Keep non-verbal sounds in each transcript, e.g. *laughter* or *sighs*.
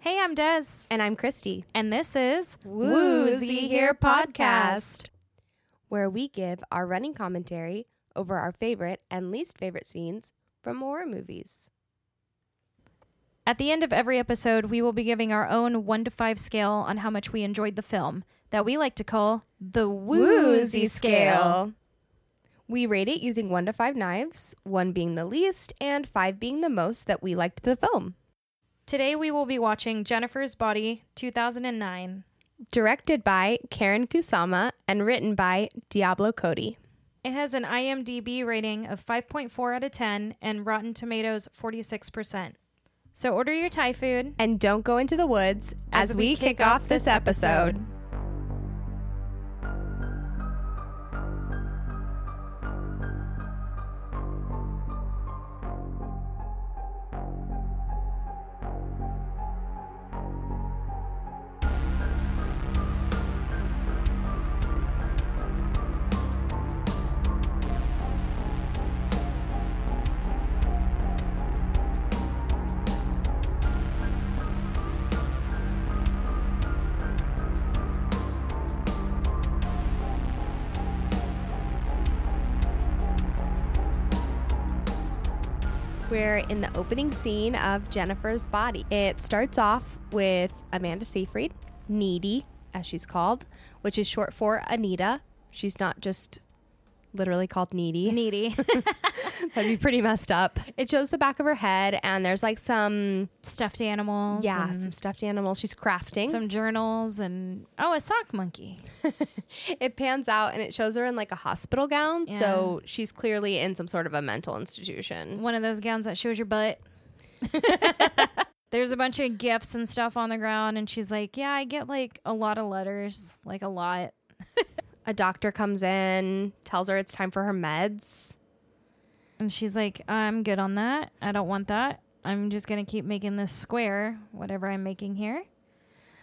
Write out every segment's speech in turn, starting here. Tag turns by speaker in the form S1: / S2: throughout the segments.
S1: Hey, I'm Des,
S2: And I'm Christy,
S1: and this is
S2: Woozy Here Podcast. where we give our running commentary over our favorite and least favorite scenes from horror movies.
S1: At the end of every episode, we will be giving our own one to five scale on how much we enjoyed the film that we like to call the Woozy Scale.
S2: We rate it using one to five knives, one being the least and five being the most that we liked the film.
S1: Today, we will be watching Jennifer's Body 2009.
S2: Directed by Karen Kusama and written by Diablo Cody.
S1: It has an IMDb rating of 5.4 out of 10 and Rotten Tomatoes 46%. So order your Thai food
S2: And don't go into the woods as, we, kick, off this episode. We're in the opening scene of Jennifer's body. It starts off with Amanda Seyfried, Needy, as she's called, which is short for Anita. She's not just literally called
S1: *laughs*
S2: Needy.
S1: Needy. *laughs*
S2: That'd be pretty messed up. It shows the back of her head, and there's like some
S1: Stuffed animals.
S2: yeah,
S1: and-
S2: some stuffed animals she's crafting.
S1: some journals and oh a sock monkey
S2: it pans out, and it shows her in like a hospital gown.
S1: Yeah.
S2: So she's clearly in some sort of a mental institution.
S1: one of those gowns that shows your
S2: *laughs*
S1: butt there's a bunch of gifts and stuff on the ground and she's like yeah i get like a lot of letters like a lot
S2: A doctor comes in, tells her it's time for her meds.
S1: and she's like i'm good on that i don't want that i'm just gonna keep making this square whatever i'm making here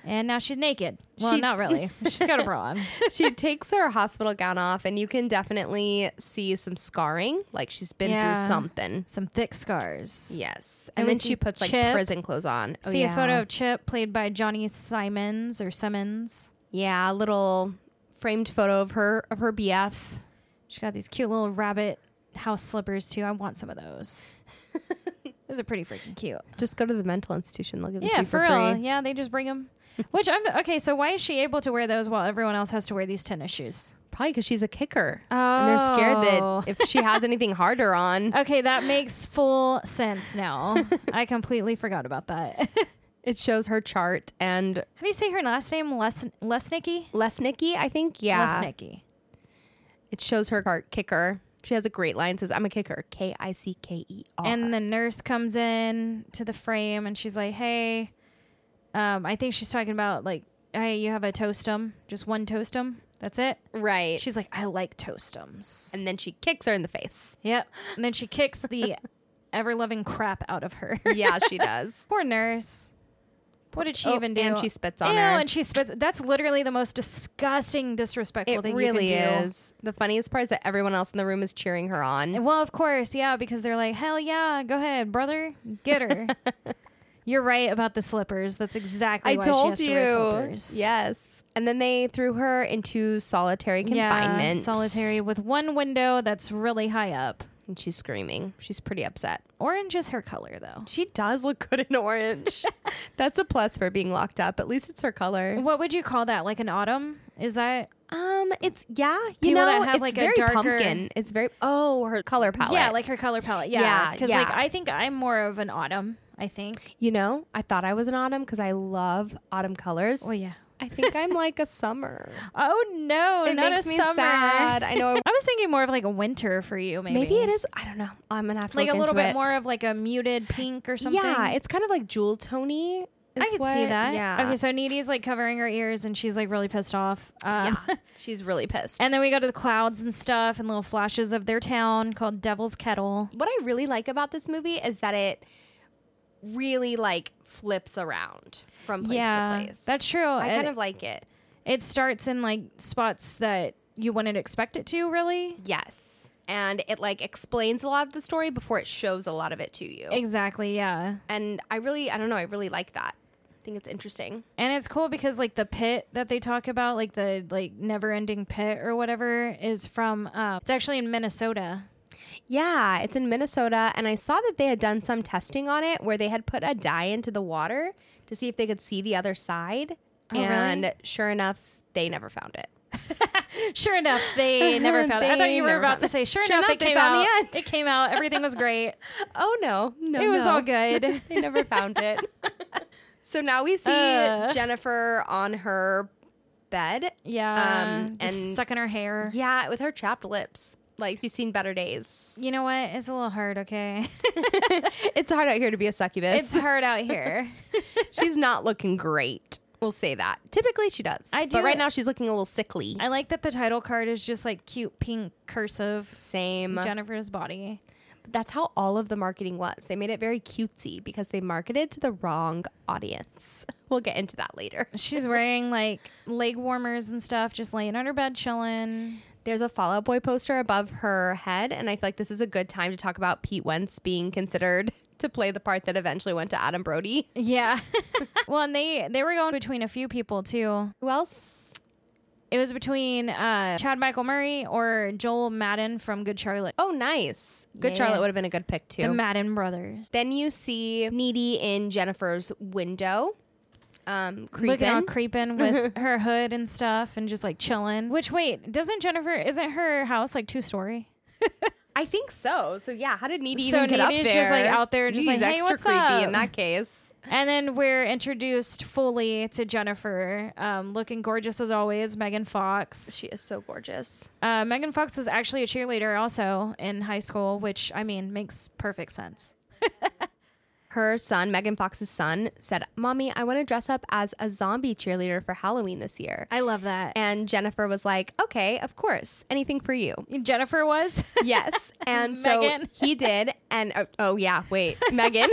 S1: and now she's naked well
S2: She-
S1: not
S2: *laughs*
S1: really she's got a bra on
S2: she takes her hospital gown off, and you can definitely see some scarring. Like she's been
S1: Yeah.
S2: through something.
S1: some thick scars
S2: Yes.
S1: And
S2: And,
S1: we
S2: then
S1: see
S2: she puts like
S1: Chip.
S2: prison clothes on. Oh,
S1: see
S2: yeah.
S1: a photo of chip played by johnny simons or summons
S2: Yeah, a little framed photo of her of her BF.
S1: She got these cute little rabbit house slippers too. I want some of
S2: *laughs*
S1: those. those are pretty freaking cute.
S2: Just go to the mental institution. They'll give them to
S1: Yeah,
S2: you
S1: for,
S2: for,
S1: real.
S2: free.
S1: Yeah, they just bring
S2: *laughs*
S1: them. Which I'm okay. So why is she able to wear those while everyone else has to wear these tennis shoes?
S2: Probably because she's a kicker. And they're scared
S1: Oh.
S2: that if she
S1: *laughs*
S2: has anything harder on,
S1: Okay, that makes full sense
S2: *laughs*
S1: now. I completely forgot about that. *laughs* How
S2: it shows her chart. And
S1: do you say her last name? Les Lesnicki.
S2: Lesnicki, I think, yeah.
S1: Lesnicki.
S2: It shows her chart kicker. She has a great line. Says, "I'm a kicker." K I C K E R.
S1: And the nurse comes in to the frame and she's like, "Hey, um, I think she's talking about like, hey, you have a toastum, just one toastum. That's it."
S2: right.
S1: She's like, "I like toastums."
S2: and then she kicks her in the face.
S1: yep. And then she kicks the *laughs* ever-loving crap out of her.
S2: Yeah, she *laughs* does.
S1: *laughs* Poor nurse. What did she
S2: Oh,
S1: even do?
S2: and she spits on
S1: Ew,
S2: her.
S1: and she spits. That's literally the most disgusting, disrespectful
S2: it
S1: thing
S2: really
S1: you can do.
S2: is. The funniest part is that everyone else in the room is cheering her on.
S1: Well, of course, yeah, because they're like, hell yeah, go ahead, brother, get
S2: *laughs*
S1: her. You're right about the slippers. That's exactly
S2: I
S1: why
S2: told
S1: she has to wear
S2: you.
S1: slippers.
S2: Yes. And then they threw her into solitary
S1: yeah,
S2: confinement.
S1: solitary with one window that's really high up.
S2: And she's screaming. She's pretty upset.
S1: Orange is her color, though.
S2: She does look good in orange. *laughs* That's a plus for being locked up. At least it's her color.
S1: What would you call that? Like an autumn? Is that
S2: Um, it's yeah, you
S1: People
S2: know,
S1: that have,
S2: it's
S1: like, a
S2: very
S1: darker-
S2: pumpkin. It's very oh, her color palette.
S1: yeah, like her color palette? Yeah,
S2: Yeah,
S1: because like
S2: yeah.
S1: I think I'm more of an autumn. I think.
S2: you know, I thought I was an autumn because I love autumn colors.
S1: Oh yeah.
S2: I think I'm like a summer.
S1: Oh no,
S2: It
S1: not
S2: makes
S1: a
S2: me
S1: summer.
S2: sad. I know.
S1: *laughs* I was thinking more of like a winter for you, maybe.
S2: *laughs* Maybe it is. I don't know. I'm gonna have to
S1: like
S2: look
S1: a little
S2: into
S1: bit
S2: it.
S1: more of like a muted pink or something.
S2: Yeah, it's kind of like jewel tony.
S1: I could see that.
S2: Yeah.
S1: Okay, so Needy's like covering her ears and she's like really pissed off. Um,
S2: *laughs* yeah, she's really
S1: *laughs*
S2: pissed.
S1: And then we go to the clouds and stuff and little flashes of their town called Devil's Kettle.
S2: what I really like about this movie is that it really like flips around from place to place.
S1: that's true.
S2: I
S1: it,
S2: kind of like it.
S1: it starts in like spots that you wouldn't expect it to really.
S2: Yes. And it like explains a lot of the story before it shows a lot of it to you.
S1: Exactly. Yeah.
S2: and I really, I don't know, I really like that. I think it's interesting.
S1: And it's cool because like the pit that they talk about, like the like never ending pit or whatever, is from uh, it's actually in Minnesota.
S2: Yeah, it's in Minnesota, and I saw that they had done some testing on it where they had put a dye into the water to see if they could see the other side.
S1: Oh, really?
S2: and sure enough, they never found it.
S1: Sure enough, they
S2: *laughs*
S1: never found it. I thought
S2: They
S1: you were
S2: never
S1: about
S2: found
S1: to
S2: it.
S1: say, sure,
S2: Sure
S1: enough,
S2: enough,
S1: it
S2: they
S1: came
S2: found
S1: out.
S2: the end.
S1: It came out. Everything was great.
S2: Oh no, *laughs* no,
S1: it was
S2: no.
S1: all good.
S2: *laughs* they never found it. *laughs* so now we see
S1: Uh.
S2: Jennifer on her bed.
S1: yeah,
S2: Um,
S1: just
S2: and-
S1: sucking her hair.
S2: Yeah, with her chapped lips. Like she's seen better *laughs* days.
S1: You know what? It's a little hard. Okay, *laughs*
S2: it's hard out here to be a succubus.
S1: it's hard out here.
S2: *laughs* she's not looking great. We'll say that. Typically she does.
S1: I do-
S2: But right now she's looking a little sickly.
S1: I like that the title card is just like cute pink cursive
S2: Same.
S1: Jennifer's body.
S2: That's how all of the marketing was. They made it very cutesy because they marketed to the wrong audience. *laughs* We'll get into that later.
S1: She's wearing like leg warmers and stuff, just laying on her bed chilling.
S2: There's a Fallout Boy poster above her head, and I feel like this is a good time to talk about Pete Wentz being considered *laughs* to play the part that eventually went to Adam Brody.
S1: Yeah. *laughs* well, and they they were going between a few people too.
S2: Who else?
S1: It was between uh, Chad Michael Murray or Joel Madden from Good Charlotte.
S2: Oh, nice. Good
S1: Yeah.
S2: Charlotte would have been a good pick too.
S1: The Madden brothers.
S2: then you see Needy in Jennifer's window, um,
S1: Looking
S2: creeping.
S1: all creeping *laughs* with her hood and stuff and just like chilling. Which wait, doesn't Jennifer isn't her house like two story?
S2: I think so. So yeah, how did Needy
S1: So
S2: even get up
S1: Needy's
S2: there?
S1: just, like, out there just
S2: Jeez,
S1: like, "Hey,
S2: extra
S1: what's
S2: creepy
S1: up?"
S2: in that case.
S1: And then we're introduced fully to Jennifer, um, looking gorgeous as always, Megan Fox.
S2: She is so gorgeous.
S1: Uh, Megan Fox was actually a cheerleader also in high school, which I mean makes perfect sense.
S2: Her son, Megan Fox's son, said, "Mommy, I want to dress up as a zombie cheerleader for Halloween this year."
S1: I love that.
S2: And Jennifer was like, okay, of course, anything
S1: *laughs*
S2: for you.
S1: Jennifer was.
S2: Yes. And so
S1: Megan.
S2: *laughs* he did. And oh, oh, yeah, wait,
S1: *laughs*
S2: Megan.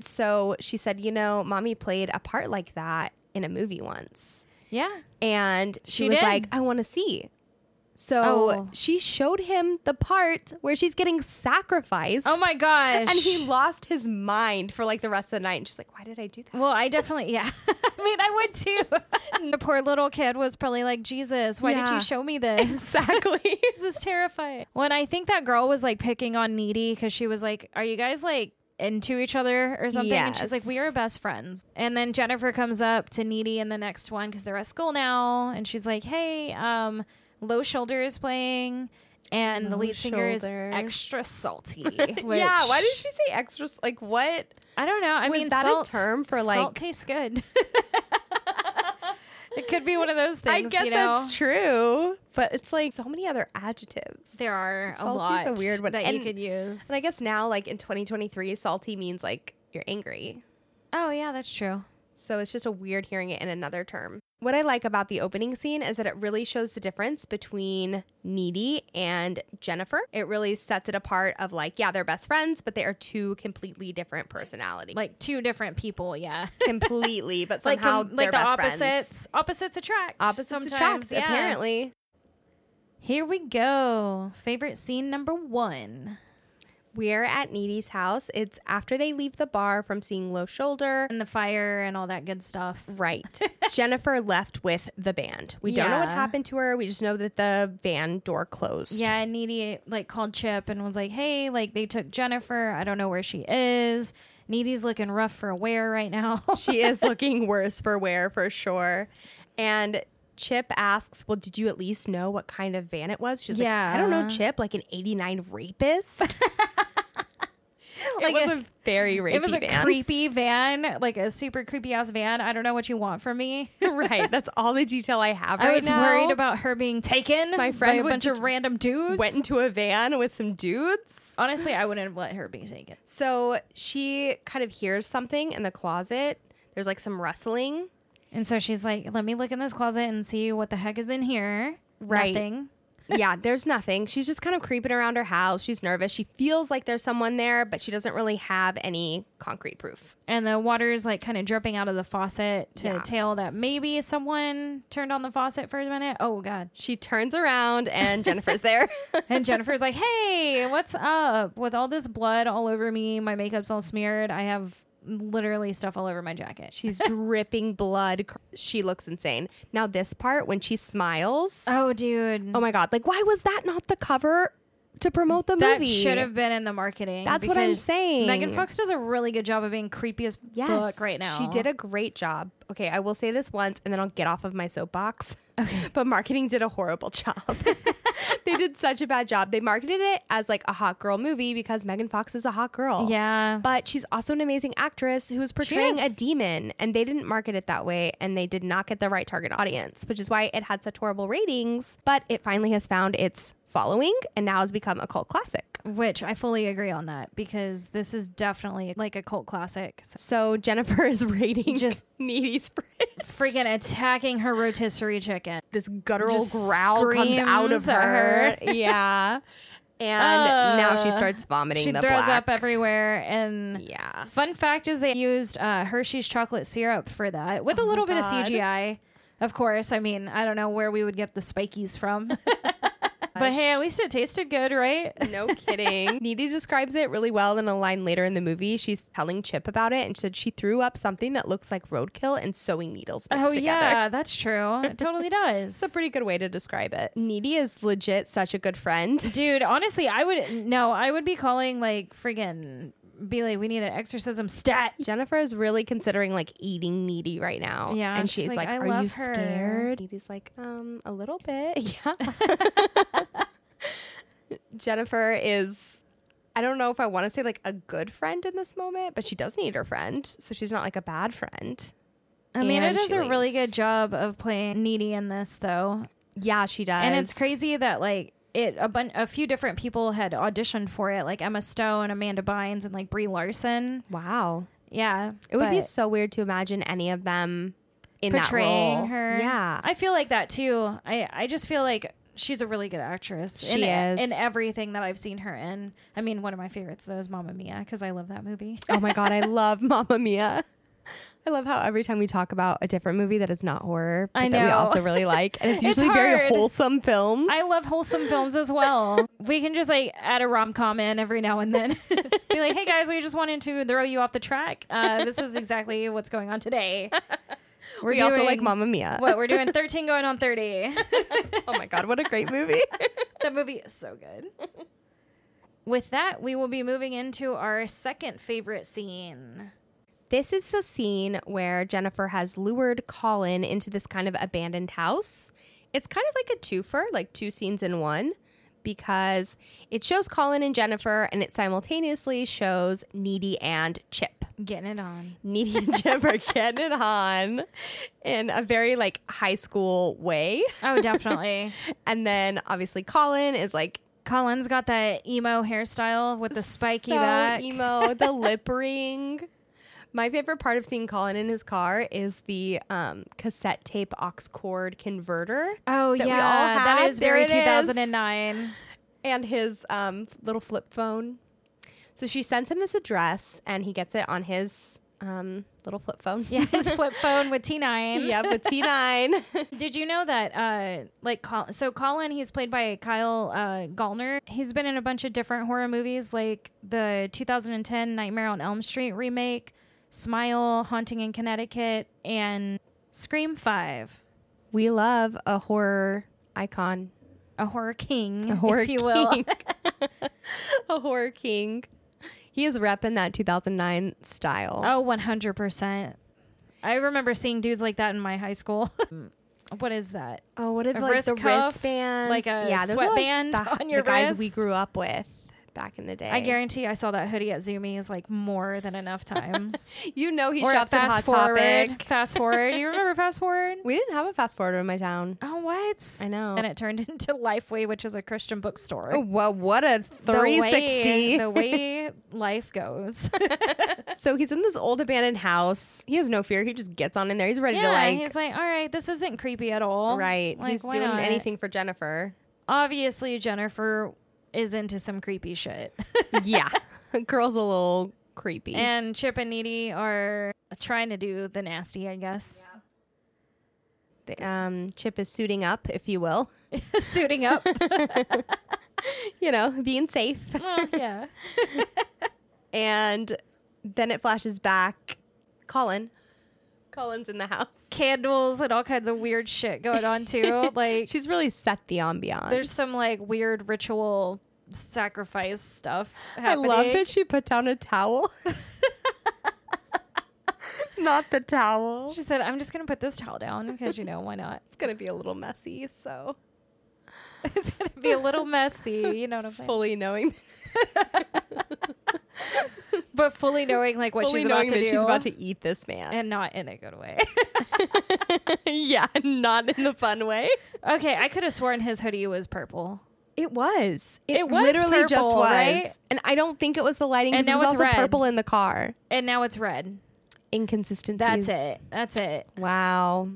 S2: so she said, you know, mommy played a part like that in a movie once.
S1: *laughs* yeah.
S2: And she,
S1: She
S2: was
S1: did.
S2: like, I want to see. So
S1: Oh.
S2: she showed him the part where she's getting sacrificed.
S1: Oh my gosh.
S2: And he lost his mind for like the rest of the night. And she's like, why did I do that?
S1: Well, I definitely,
S2: *laughs*
S1: yeah. *laughs* I mean, I would *laughs* too. the poor little kid was probably like, Jesus, why did
S2: Yeah.
S1: you show
S2: *laughs*
S1: me this?
S2: Exactly.
S1: this is terrifying. When I think that girl was like picking on Needy because she was like, Are you guys like into each other or something? And she's like, We
S2: Yes.
S1: are best friends. And then Jennifer comes up to Needy in the next one because they're at school now. And she's like, Hey, um, Low Shoulder is playing. And the
S2: Low
S1: lead singer
S2: Shoulder.
S1: is extra salty. which-
S2: *laughs* yeah. Why did she say extra?
S1: *laughs*
S2: Like, what?
S1: I don't know. I
S2: Was
S1: mean,
S2: that a
S1: salt,
S2: term for,
S1: salt
S2: like-
S1: tastes good? *laughs* it could be one of those things.
S2: I guess
S1: you know?
S2: that's true, but it's like so many other adjectives.
S1: There are a
S2: Salty's
S1: lot
S2: a weird one.
S1: that you
S2: And-
S1: could use.
S2: and I guess now, like in 2023, salty means like you're angry.
S1: oh yeah, that's true.
S2: So it's just a weird hearing it in another term. What I like about the opening scene is that it really shows the difference between Needy and Jennifer. It really sets it apart of like, yeah, they're best friends, but they are two completely different personalities.
S1: Like two different people. Yeah.
S2: *laughs* completely,
S1: *laughs*
S2: but
S1: Like
S2: somehow
S1: um,
S2: they're
S1: like the
S2: best
S1: opposites.
S2: friends.
S1: Opposites attract.
S2: Opposites
S1: sometimes,
S2: attract,
S1: yeah.
S2: apparently.
S1: Here we go. Favorite scene number one.
S2: We're at Needy's house. It's after they leave the bar from seeing Low Shoulder.
S1: And the fire and all that good stuff. *laughs*
S2: Right. Jennifer left with the band. We don't know what
S1: Yeah.
S2: happened to her. We just know that the van door closed.
S1: Yeah, and Needy like called Chip and was like, "Hey, like they took Jennifer. I don't know where she is. Needy's looking rough for wear right now."
S2: *laughs* She is looking worse for wear for sure. And Chip asks, Well, did you at least know what kind of van it was? She's like, I don't know,
S1: Yeah.
S2: Chip, like an 89 *laughs* rapist.
S1: Like
S2: it was
S1: a-
S2: a, very
S1: *laughs*
S2: rapey
S1: it was a
S2: van.
S1: creepy van, like a super creepy ass van. I don't know what you want from me.
S2: *laughs* right. That's all the detail *laughs* I have right
S1: I was
S2: now.
S1: worried about her being taken
S2: My friend
S1: by a
S2: would
S1: bunch of
S2: just
S1: random dudes.
S2: Went into a van with some dudes.
S1: Honestly, I wouldn't have let her be taken.
S2: So she kind of hears something in the closet. There's like some rustling.
S1: And so she's like, "Let me look in this closet and see what the heck is in here."
S2: Right.
S1: Nothing.
S2: yeah, there's nothing. She's just kind of creeping around her house. She's nervous. She feels like there's someone there, but she doesn't really have any concrete proof.
S1: And the water is like kind of dripping out of the faucet to
S2: Yeah.
S1: tell that maybe someone turned on the faucet for a minute. Oh god.
S2: She turns
S1: *laughs*
S2: around and Jennifer's there. *laughs*
S1: And Jennifer's like, "Hey, what's up with all this blood all over me? My makeup's all smeared. I have literally stuff all over my jacket.
S2: She's dripping blood. Cr- She looks insane. Now this part when she smiles.
S1: oh, dude.
S2: oh my god! Like why was that not the cover to promote the
S1: that
S2: movie?
S1: should have been in the marketing.
S2: That's what I'm
S1: because
S2: saying.
S1: Megan Fox does a really good job of being creepy as
S2: Yes,
S1: fuck right now.
S2: She did a great job. Okay, I will say this once, and then I'll get off of my soapbox. Okay. *laughs* But marketing did a horrible job. *laughs* they did such a bad job. They marketed it as like a hot girl movie because Megan Fox is a hot girl.
S1: Yeah.
S2: But she's also an amazing actress who is portraying a
S1: is.
S2: demon, and they didn't market it that way, and they did not get the right target audience, which is why it had such horrible ratings. But it finally has found its following and now has become a cult classic.
S1: Which I fully agree on that because this is definitely like a cult classic. So
S2: So Jennifer is *laughs* rating
S1: Just-
S2: just needy *laughs* spray.
S1: freaking attacking her rotisserie chicken.
S2: this guttural
S1: Just
S2: growl comes out of
S1: screams at
S2: her.
S1: her.
S2: *laughs* yeah. And now she
S1: Uh,
S2: starts vomiting
S1: She
S2: the
S1: throws
S2: black.
S1: up everywhere. And
S2: yeah.
S1: fun fact is they used uh, Hershey's chocolate syrup for that with a little bit of
S2: Oh God.
S1: CGI. Of course, I mean, I don't know where we would get the spikies from.
S2: *laughs*
S1: but hey, at least it tasted good, right?
S2: No kidding. *laughs* Needy describes it really well in a line later in the movie. She's telling Chip about it and said she threw up something that looks like roadkill and sewing needles mixed
S1: Oh
S2: together.
S1: yeah, that's true. It *laughs* totally does.
S2: It's a pretty good way to describe it. Needy is legit such a good friend. *laughs*
S1: Dude, honestly, I would no, I would be calling like friggin' be like, we need an exorcism *laughs* stat.
S2: Jennifer is really considering like eating Needy right now.
S1: Yeah,
S2: And
S1: she's
S2: she's,
S1: like,
S2: like,
S1: "I
S2: Are you
S1: love her."
S2: scared? Needy's like, Um, a little bit. *laughs*
S1: *laughs*
S2: Yeah. Jennifer is, I don't know if I want to say like a good friend in this moment, but she does need her friend. So she's not like a bad friend.
S1: Amanda
S2: And
S1: does
S2: she
S1: a really
S2: leaves.
S1: good job of playing needy in this though.
S2: Yeah, she does.
S1: And it's crazy that like it a bun- a few different people had auditioned for it, like Emma Stone, Amanda Bynes, and like Brie Larson.
S2: Wow.
S1: Yeah.
S2: It would be
S1: but
S2: so weird to imagine any of them in that
S1: portraying
S2: role.
S1: her.
S2: Yeah.
S1: I feel like that too. I, I just feel like she's a really good actress. in,
S2: She is.
S1: in everything that I've seen her in. I mean, one of my favorites though is Mamma Mia, because I love that movie.
S2: Oh my *laughs* god, I love Mamma Mia. I love how every time we talk about a different movie that is not horror, but
S1: I
S2: that we
S1: know.
S2: also really like, and *laughs* it's
S1: It's
S2: usually very
S1: hard.
S2: wholesome films.
S1: *laughs* I love wholesome films as well. We can just like add a rom com in every now and then. *laughs*
S2: *laughs*
S1: Be like, hey guys, we just wanted to throw you off the track. Uh, this is exactly what's going on
S2: *laughs*
S1: today. We're
S2: we also like Mamma Mia.
S1: What we're doing 13 going on 30.
S2: *laughs* oh my god, what a great movie!
S1: *laughs* that movie is so good. With that, we will be moving into our second favorite scene.
S2: this is the scene where Jennifer has lured Colin into this kind of abandoned house. It's kind of like a twofer, like two scenes in one, because it shows Colin and Jennifer, and it simultaneously shows Needy and Chip. *laughs*
S1: Getting it on.
S2: Needy and Chip are getting it on in a very like high school way.
S1: Oh,
S2: *laughs*
S1: definitely.
S2: And then obviously Colin is like
S1: Colin's got that emo hairstyle with the spiky
S2: so
S1: back.
S2: emo, the *laughs* lip ring. My favorite part of seeing Colin in his car is the um, cassette tape aux cord converter
S1: Oh
S2: that we all
S1: yeah, that
S2: had.
S1: is
S2: There
S1: very
S2: it is.
S1: 2009.
S2: *laughs* and his um, little flip phone. So she sends him this address and he gets it on his um, little flip phone.
S1: Yeah,
S2: *laughs*
S1: his flip phone with T9.
S2: yeah, with T9.
S1: Did you know that, uh, like, Col- so Colin, he's played by Kyle uh, Gallner. He's been in a bunch of different horror movies, like the 2010 Nightmare on Elm Street remake, Smile, Haunting in Connecticut, and Scream 5,
S2: *laughs* we love a horror icon
S1: a horror king,
S2: a horror
S1: if you will.
S2: king. *laughs* a horror king. He is repping that 2009 style.
S1: Oh, 100%. I remember seeing dudes like that in my high school. *laughs* what is that?
S2: Oh, what did
S1: A
S2: like
S1: wrist
S2: the
S1: cuff,
S2: wristbands?
S1: like a
S2: those were,
S1: sweatband on your
S2: the guys we
S1: wrist.
S2: grew up with back in the day.
S1: I guarantee I saw that hoodie at Zoomies like more than
S2: *laughs*
S1: enough times.
S2: you know he
S1: Or
S2: shops at Hot
S1: forward.
S2: Topic. *laughs*
S1: Fast forward. You remember fast forward?
S2: We didn't have a fast forward in my town.
S1: Oh, what?
S2: I know.
S1: And it turned *laughs* into Lifeway, which is a Christian bookstore.
S2: Oh, well, what a
S1: The way-
S2: 360.
S1: The way, life goes.
S2: *laughs* so he's in this old abandoned house. He has no fear. He just gets on in there. He's
S1: *laughs*
S2: ready
S1: yeah,
S2: to
S1: he's like, all right, this isn't creepy at all.
S2: like right.
S1: Like,
S2: he's
S1: why
S2: doing
S1: not?
S2: anything for
S1: *laughs*
S2: Jennifer.
S1: Obviously, Jennifer is into some creepy shit. *laughs*
S2: yeah. *laughs* Girl's a little creepy.
S1: and Chip and Needy are trying to do the nasty, I guess.
S2: The, um, Chip is suiting up, if you will.
S1: *laughs* Suiting
S2: *laughs*
S1: up. *laughs*
S2: You know, being safe.
S1: Oh, yeah.
S2: and Then it flashes back. Colin. Colin's in the house.
S1: Candles and all kinds of weird shit going on too. Like
S2: *laughs* She's really set the ambiance.
S1: there's some like weird ritual sacrifice stuff
S2: I
S1: happening.
S2: love that she put down
S1: *laughs*
S2: a towel. Not the towel.
S1: She said, "I'm just gonna put this towel down because you know why
S2: *laughs*
S1: not?
S2: It's gonna be a little messy, so
S1: It's gonna be a little messy, you know what I'm saying?
S2: fully knowing,
S1: but fully knowing like what
S2: fully
S1: she's about
S2: knowing
S1: to
S2: that
S1: do,
S2: she's about to eat this man.
S1: and not in a good way. *laughs*
S2: *laughs* yeah, not in the fun way.
S1: okay, I could have sworn his hoodie was purple,
S2: It was. It,
S1: It was
S2: literally just
S1: purple,
S2: was.
S1: right?
S2: And I don't think it was the lighting
S1: And
S2: because it
S1: now
S2: was
S1: it's
S2: also
S1: red.
S2: purple in the car.
S1: and now it's red.
S2: Inconsistencies.
S1: That's it. That's it.
S2: Wow.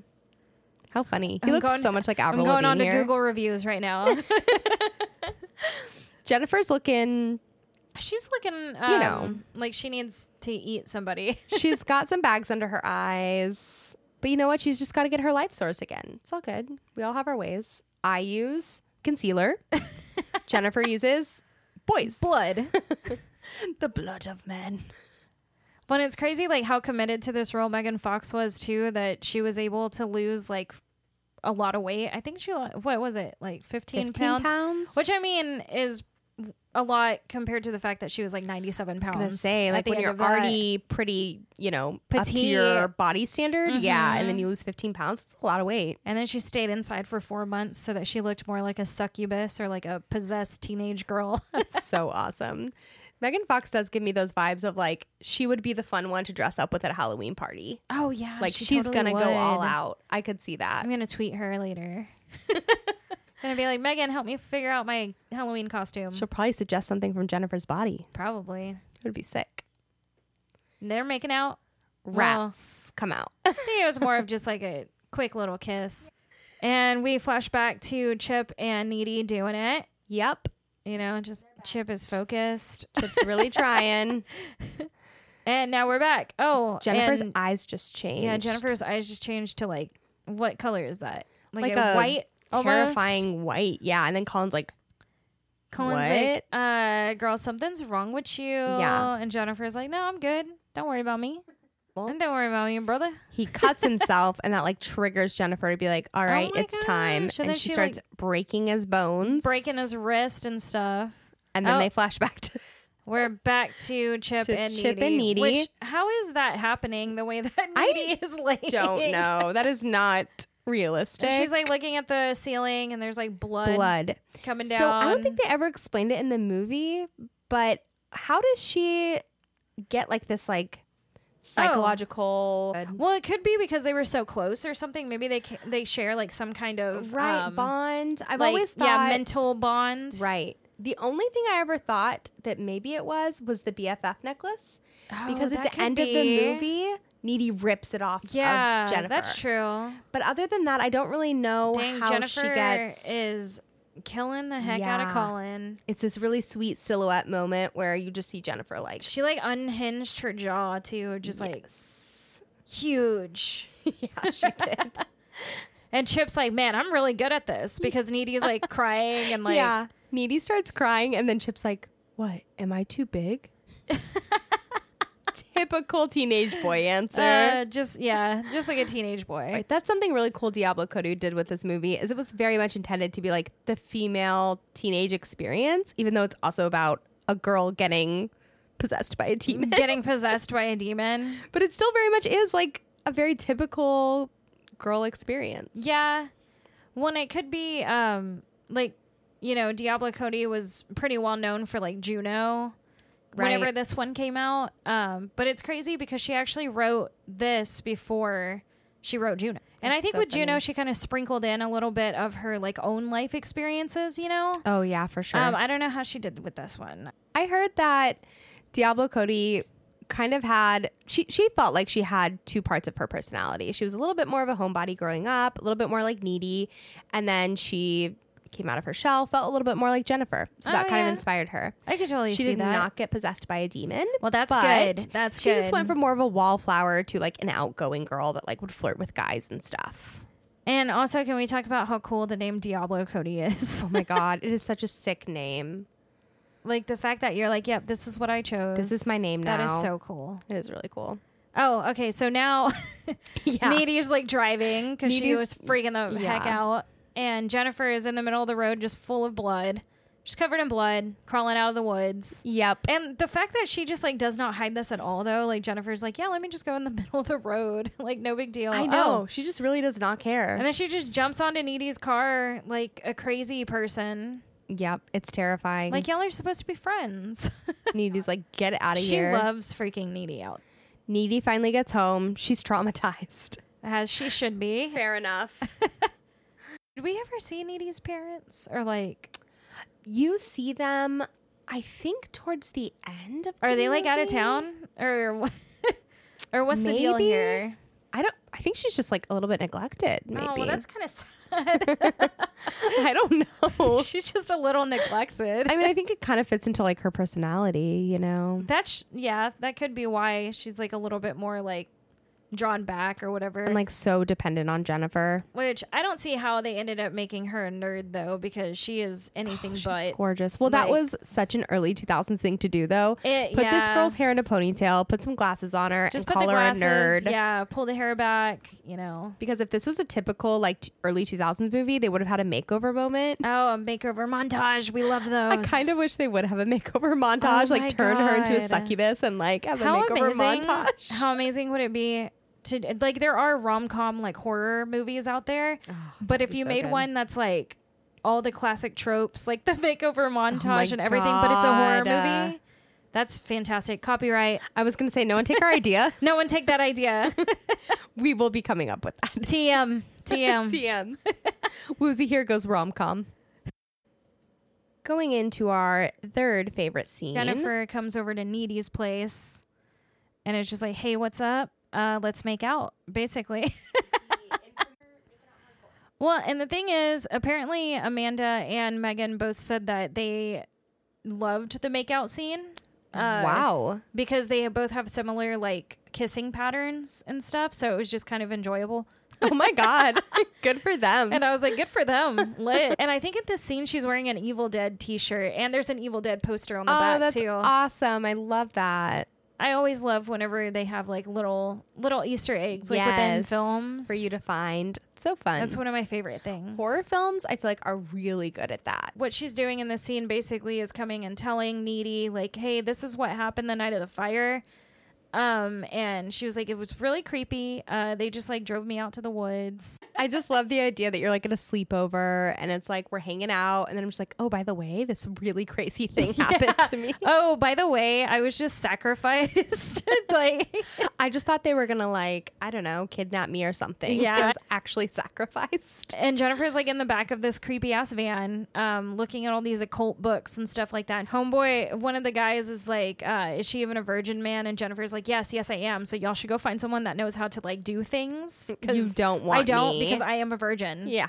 S2: How funny. He
S1: I'm
S2: looks
S1: going-
S2: so much like
S1: I'm
S2: Avril
S1: going on
S2: Lavigne
S1: to
S2: here.
S1: Google reviews right now.
S2: *laughs* Jennifer's looking.
S1: She's looking, um,
S2: know.
S1: like she needs to eat somebody. *laughs*
S2: She's got some bags under her eyes. But you know what? She's just got to get her life source again. It's all good. We all have our ways. I use
S1: *laughs*
S2: concealer. Jennifer uses boys.
S1: blood.
S2: the blood of men.
S1: *laughs* But it's crazy, like how committed to this role Megan Fox was too. That she was able to lose like a lot of weight. I think she lo- what was it like 15,
S2: 15
S1: pounds,
S2: pounds?
S1: which I mean is a lot compared to the fact that she was like ninety seven pounds.
S2: I was gonna say
S1: at
S2: like
S1: the
S2: when
S1: end
S2: you're
S1: of that.
S2: already pretty, you know, up to
S1: Petite. Mm-hmm.
S2: your body standard, yeah, and then you lose 15 pounds. It's a lot of weight.
S1: And then she stayed inside for four months so that she looked more like a succubus or like a possessed teenage
S2: *laughs*
S1: girl. *laughs*
S2: It's so awesome. Megan Fox does give me those vibes of like she would be the fun one to dress up with at a Halloween party.
S1: oh yeah,
S2: Like
S1: she
S2: she's
S1: totally
S2: gonna go all
S1: would.
S2: out. I could see that.
S1: I'm gonna tweet her
S2: *laughs*
S1: later. gonna be like Megan, help me figure out my Halloween costume.
S2: She'll probably suggest something from Jennifer's body.
S1: Probably
S2: It would be sick.
S1: they're making out. Well,
S2: Rats come out.
S1: I think it was more of just like a quick little kiss. And we flash back to Chip and Needy doing it.
S2: *laughs* yep.
S1: You know, just Chip is focused.
S2: Chip's
S1: *laughs*
S2: really trying.
S1: And now we're back. Oh,
S2: Jennifer's
S1: and-
S2: eyes just changed.
S1: yeah, Jennifer's eyes just changed to like what color is that? Like,
S2: Like
S1: a,
S2: a
S1: white, almost?
S2: terrifying white. Yeah, and then Colin's like,
S1: Colin's like, uh, girl, something's wrong with you.
S2: Yeah.
S1: And Jennifer's like, no, I'm good. Don't worry about me.
S2: Well-
S1: and don't worry about me, brother.
S2: he cuts himself and that like triggers jennifer to be like all right
S1: Oh my
S2: it's time
S1: gosh.
S2: and,
S1: And then
S2: she,
S1: she,
S2: starts breaking his bones
S1: Breaking his wrist and stuff.
S2: and then
S1: Oh.
S2: they flash back to
S1: We're back to Chip
S2: To
S1: and
S2: Chip
S1: Needy.
S2: and Needy.
S1: Which, how is that happening the way *laughs* that
S2: I
S1: Needy is laying?
S2: *laughs* don't know that is not realistic
S1: And she's like looking at the ceiling and there's like blood,
S2: blood
S1: coming down.
S2: so i don't think they ever explained it in the movie but how does she get like this like psychological uh,
S1: well, it could be because they were so close or something. Maybe they ca- they share like some kind of
S2: right
S1: um,
S2: bond i've
S1: like,
S2: always thought
S1: yeah, mental bond.
S2: right the only thing I ever thought that maybe it was was the BFF necklace.
S1: Oh,
S2: because at
S1: that
S2: the
S1: could
S2: end of
S1: be.
S2: the movie, Needy rips it off
S1: yeah,
S2: of Jennifer.
S1: that's true.
S2: But other than that, I don't really know
S1: Dang,
S2: how
S1: Jennifer
S2: she gets.
S1: is killing the heck out of
S2: Yeah.
S1: Colin.
S2: it's this really sweet silhouette moment where you just see Jennifer like
S1: She like unhinged her jaw too, just like
S2: yes.
S1: *laughs* huge.
S2: *laughs* yeah, *laughs* she did.
S1: And Chip's like, man, I'm really good at this because Needy's *laughs* like crying and like,
S2: yeah, Needy starts crying, and then Chip's like, "What? Am I too big?" *laughs* Typical teenage boy answer.
S1: uh, just yeah, just like a teenage boy. *laughs*
S2: Right, that's something really cool Diablo Cody did with this movie is it was very much intended to be like the female teenage experience, even though it's also about a girl getting possessed *laughs* by a demon.
S1: Getting possessed by a demon.
S2: but it still very much is like a very typical girl experience.
S1: Yeah. One, it could be um like you know Diablo Cody was pretty well known for like Juno. Whenever
S2: Right.
S1: this one came out, um, but it's crazy because she actually wrote this before she wrote Juno. And I
S2: That's
S1: think
S2: so
S1: with Juno,
S2: funny.
S1: she kind of sprinkled in a little bit of her like own life experiences, you know?
S2: Oh yeah, for sure.
S1: Um, I don't know how she did with this one.
S2: I heard that Diablo Cody kind of had she she felt like she had two parts of her personality. She was a little bit more of a homebody growing up, a little bit more like needy, and then she came out of her shell, felt a little bit more like Jennifer. So that
S1: Oh,
S2: kind
S1: yeah.
S2: of inspired her.
S1: I could totally
S2: she
S1: see
S2: did
S1: that.
S2: not get possessed by a demon.
S1: Well, that's
S2: but
S1: good. That's
S2: she
S1: good.
S2: just went from more of a wallflower to like an outgoing girl that like would flirt with guys and stuff.
S1: and also, can we talk about how cool the name Diablo Cody is?
S2: Oh my god, it is such a sick name.
S1: Like the fact that you're like, yep, this is what I chose.
S2: This is my name
S1: That
S2: now.
S1: is so cool.
S2: It is really cool.
S1: Oh, okay. So now
S2: *laughs* Yeah.
S1: Needy's like driving because she
S2: Needy's-
S1: was freaking the heck
S2: yeah.
S1: out. And Jennifer is in the middle of the road just full of blood. She's covered in blood, crawling out of the woods.
S2: Yep.
S1: And the fact that she just like does not hide this at all though, like Jennifer's like, Yeah, let me just go in the *laughs* middle of the road. Like no big deal.
S2: I
S1: Oh,
S2: know. She just really does not care.
S1: And then she just jumps onto Needy's car like a crazy person.
S2: yep. It's terrifying.
S1: Like y'all are supposed to be friends. *laughs*
S2: Needy's like, get out of
S1: she
S2: here.
S1: loves freaking Needy out,
S2: Needy finally gets home. She's *laughs* traumatized.
S1: as she should be.
S2: *laughs* Fair enough.
S1: *laughs* Did we ever see Needy's parents or like
S2: you see them, I think, towards the end of.
S1: are
S2: the
S1: they like out of
S2: movie?
S1: town or *laughs* what- or what's the deal
S2: Maybe.
S1: here?
S2: I don't. I think she's just like a little bit neglected. Maybe.
S1: Oh, well, that's kind *laughs* of sad.
S2: I don't *laughs* know.
S1: She's just a little neglected.
S2: I mean, I think it kind of fits into like her personality, you know.
S1: *laughs* That's yeah, that could be why she's like a little bit more like drawn back or whatever.
S2: And like so dependent on Jennifer.
S1: Which I don't see how they ended up making her a nerd though, because she is anything
S2: oh, She's
S1: but.
S2: gorgeous. Well, that
S1: like-
S2: was such an early 2000s thing to do, though.
S1: It-
S2: put this
S1: yeah.
S2: girl's hair in a ponytail, put some glasses on her,
S1: Just
S2: and
S1: put
S2: call
S1: the glasses,
S2: her a nerd.
S1: yeah. Pull the hair back, you know.
S2: Because if this was a typical like t- early 2000s movie, they would have had a makeover moment.
S1: Oh, a makeover montage. We love those.
S2: *laughs* I kind of wish they would have a makeover montage,
S1: Oh my
S2: like turn her into a
S1: God.
S2: succubus and like have
S1: how
S2: a makeover
S1: amazing,
S2: montage. *sighs*
S1: How amazing would it be to like? There are rom com like horror movies out there, but if
S2: Oh, be
S1: you
S2: so
S1: made
S2: good.
S1: one that's like all the classic tropes, like the *laughs* makeover
S2: Oh my
S1: montage and everything, but it's a horror
S2: God, uh,
S1: movie, that's fantastic. Copyright.
S2: I was gonna say, no one take
S1: *laughs*
S2: our idea.
S1: No one take that
S2: *laughs*
S1: idea.
S2: We will be coming up with that.
S1: TM. TM.
S2: TM. *laughs*
S1: *laughs*
S2: Woozy here goes rom com. Going into our third favorite scene.
S1: Jennifer uh, comes over to Needy's place and it's just like, hey, what's up? Uh, let's make out, basically. *laughs* well, and the thing is, apparently Amanda and Megan both said that they loved the makeout scene. Uh,
S2: wow.
S1: Because they both have similar, like, kissing patterns and stuff. So it was just kind of enjoyable.
S2: Oh my
S1: *laughs*
S2: god. Good for them.
S1: And I was like, good for
S2: *laughs*
S1: them. Lit. And I think at this scene, she's wearing an Evil Dead t shirt and there's an Evil Dead poster on the
S2: oh,
S1: back,
S2: that's
S1: too.
S2: awesome. I love that.
S1: I always love whenever they have like little little Easter eggs like within
S2: Yes.
S1: films
S2: for you to find. It's so fun.
S1: That's one of my favorite things.
S2: horror films. I feel like are really good at that.
S1: What she's doing in this scene basically is coming and telling Needy like, "Hey, this is what happened the night of the fire." Um, and she was like, "It was really creepy. Uh, they just like drove me out to the woods."
S2: I just love the idea that you're like at a sleepover and it's like we're hanging out and then I'm just like, oh, by the way, this really *laughs* crazy thing happened
S1: *laughs*
S2: to *laughs* me.
S1: oh, by the way, I was just sacrificed. *laughs* like,
S2: I just thought they were gonna like, I don't know, kidnap me or something.
S1: Yeah.
S2: I was actually sacrificed.
S1: and Jennifer's like in the back of this creepy ass van, um, looking at all these occult books and stuff like that. Homeboy, one of the guys is like, uh, "Is she even a virgin, man?" And Jennifer's like, "Yes, yes, I am." So y'all should go find someone that knows how to like do things.
S2: You don't
S1: I
S2: want
S1: don't
S2: me.
S1: because I am a virgin.
S2: Yeah.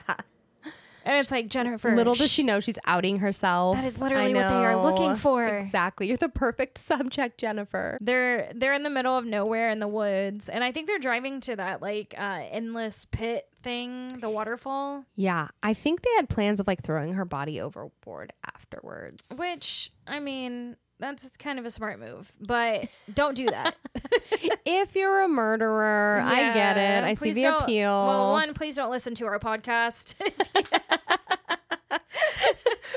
S1: And it's like Jennifer.
S2: Little does
S1: sh-
S2: she know she's outing herself.
S1: That is
S2: I
S1: literally what they are looking
S2: know.
S1: for.
S2: Exactly. You're the perfect subject, Jennifer.
S1: They're they're in the middle of nowhere in the woods, and I think they're driving to that like uh, endless pit thing, the waterfall.
S2: Yeah. I think they had plans of like throwing her body overboard afterwards.
S1: Which I mean, that's kind of a smart move, but don't do
S2: *laughs*
S1: that.
S2: *laughs* if you're a murderer, I get
S1: Yeah,
S2: it. I see
S1: please
S2: the
S1: don't-
S2: appeal.
S1: Well, one, please don't listen to our podcast. *laughs*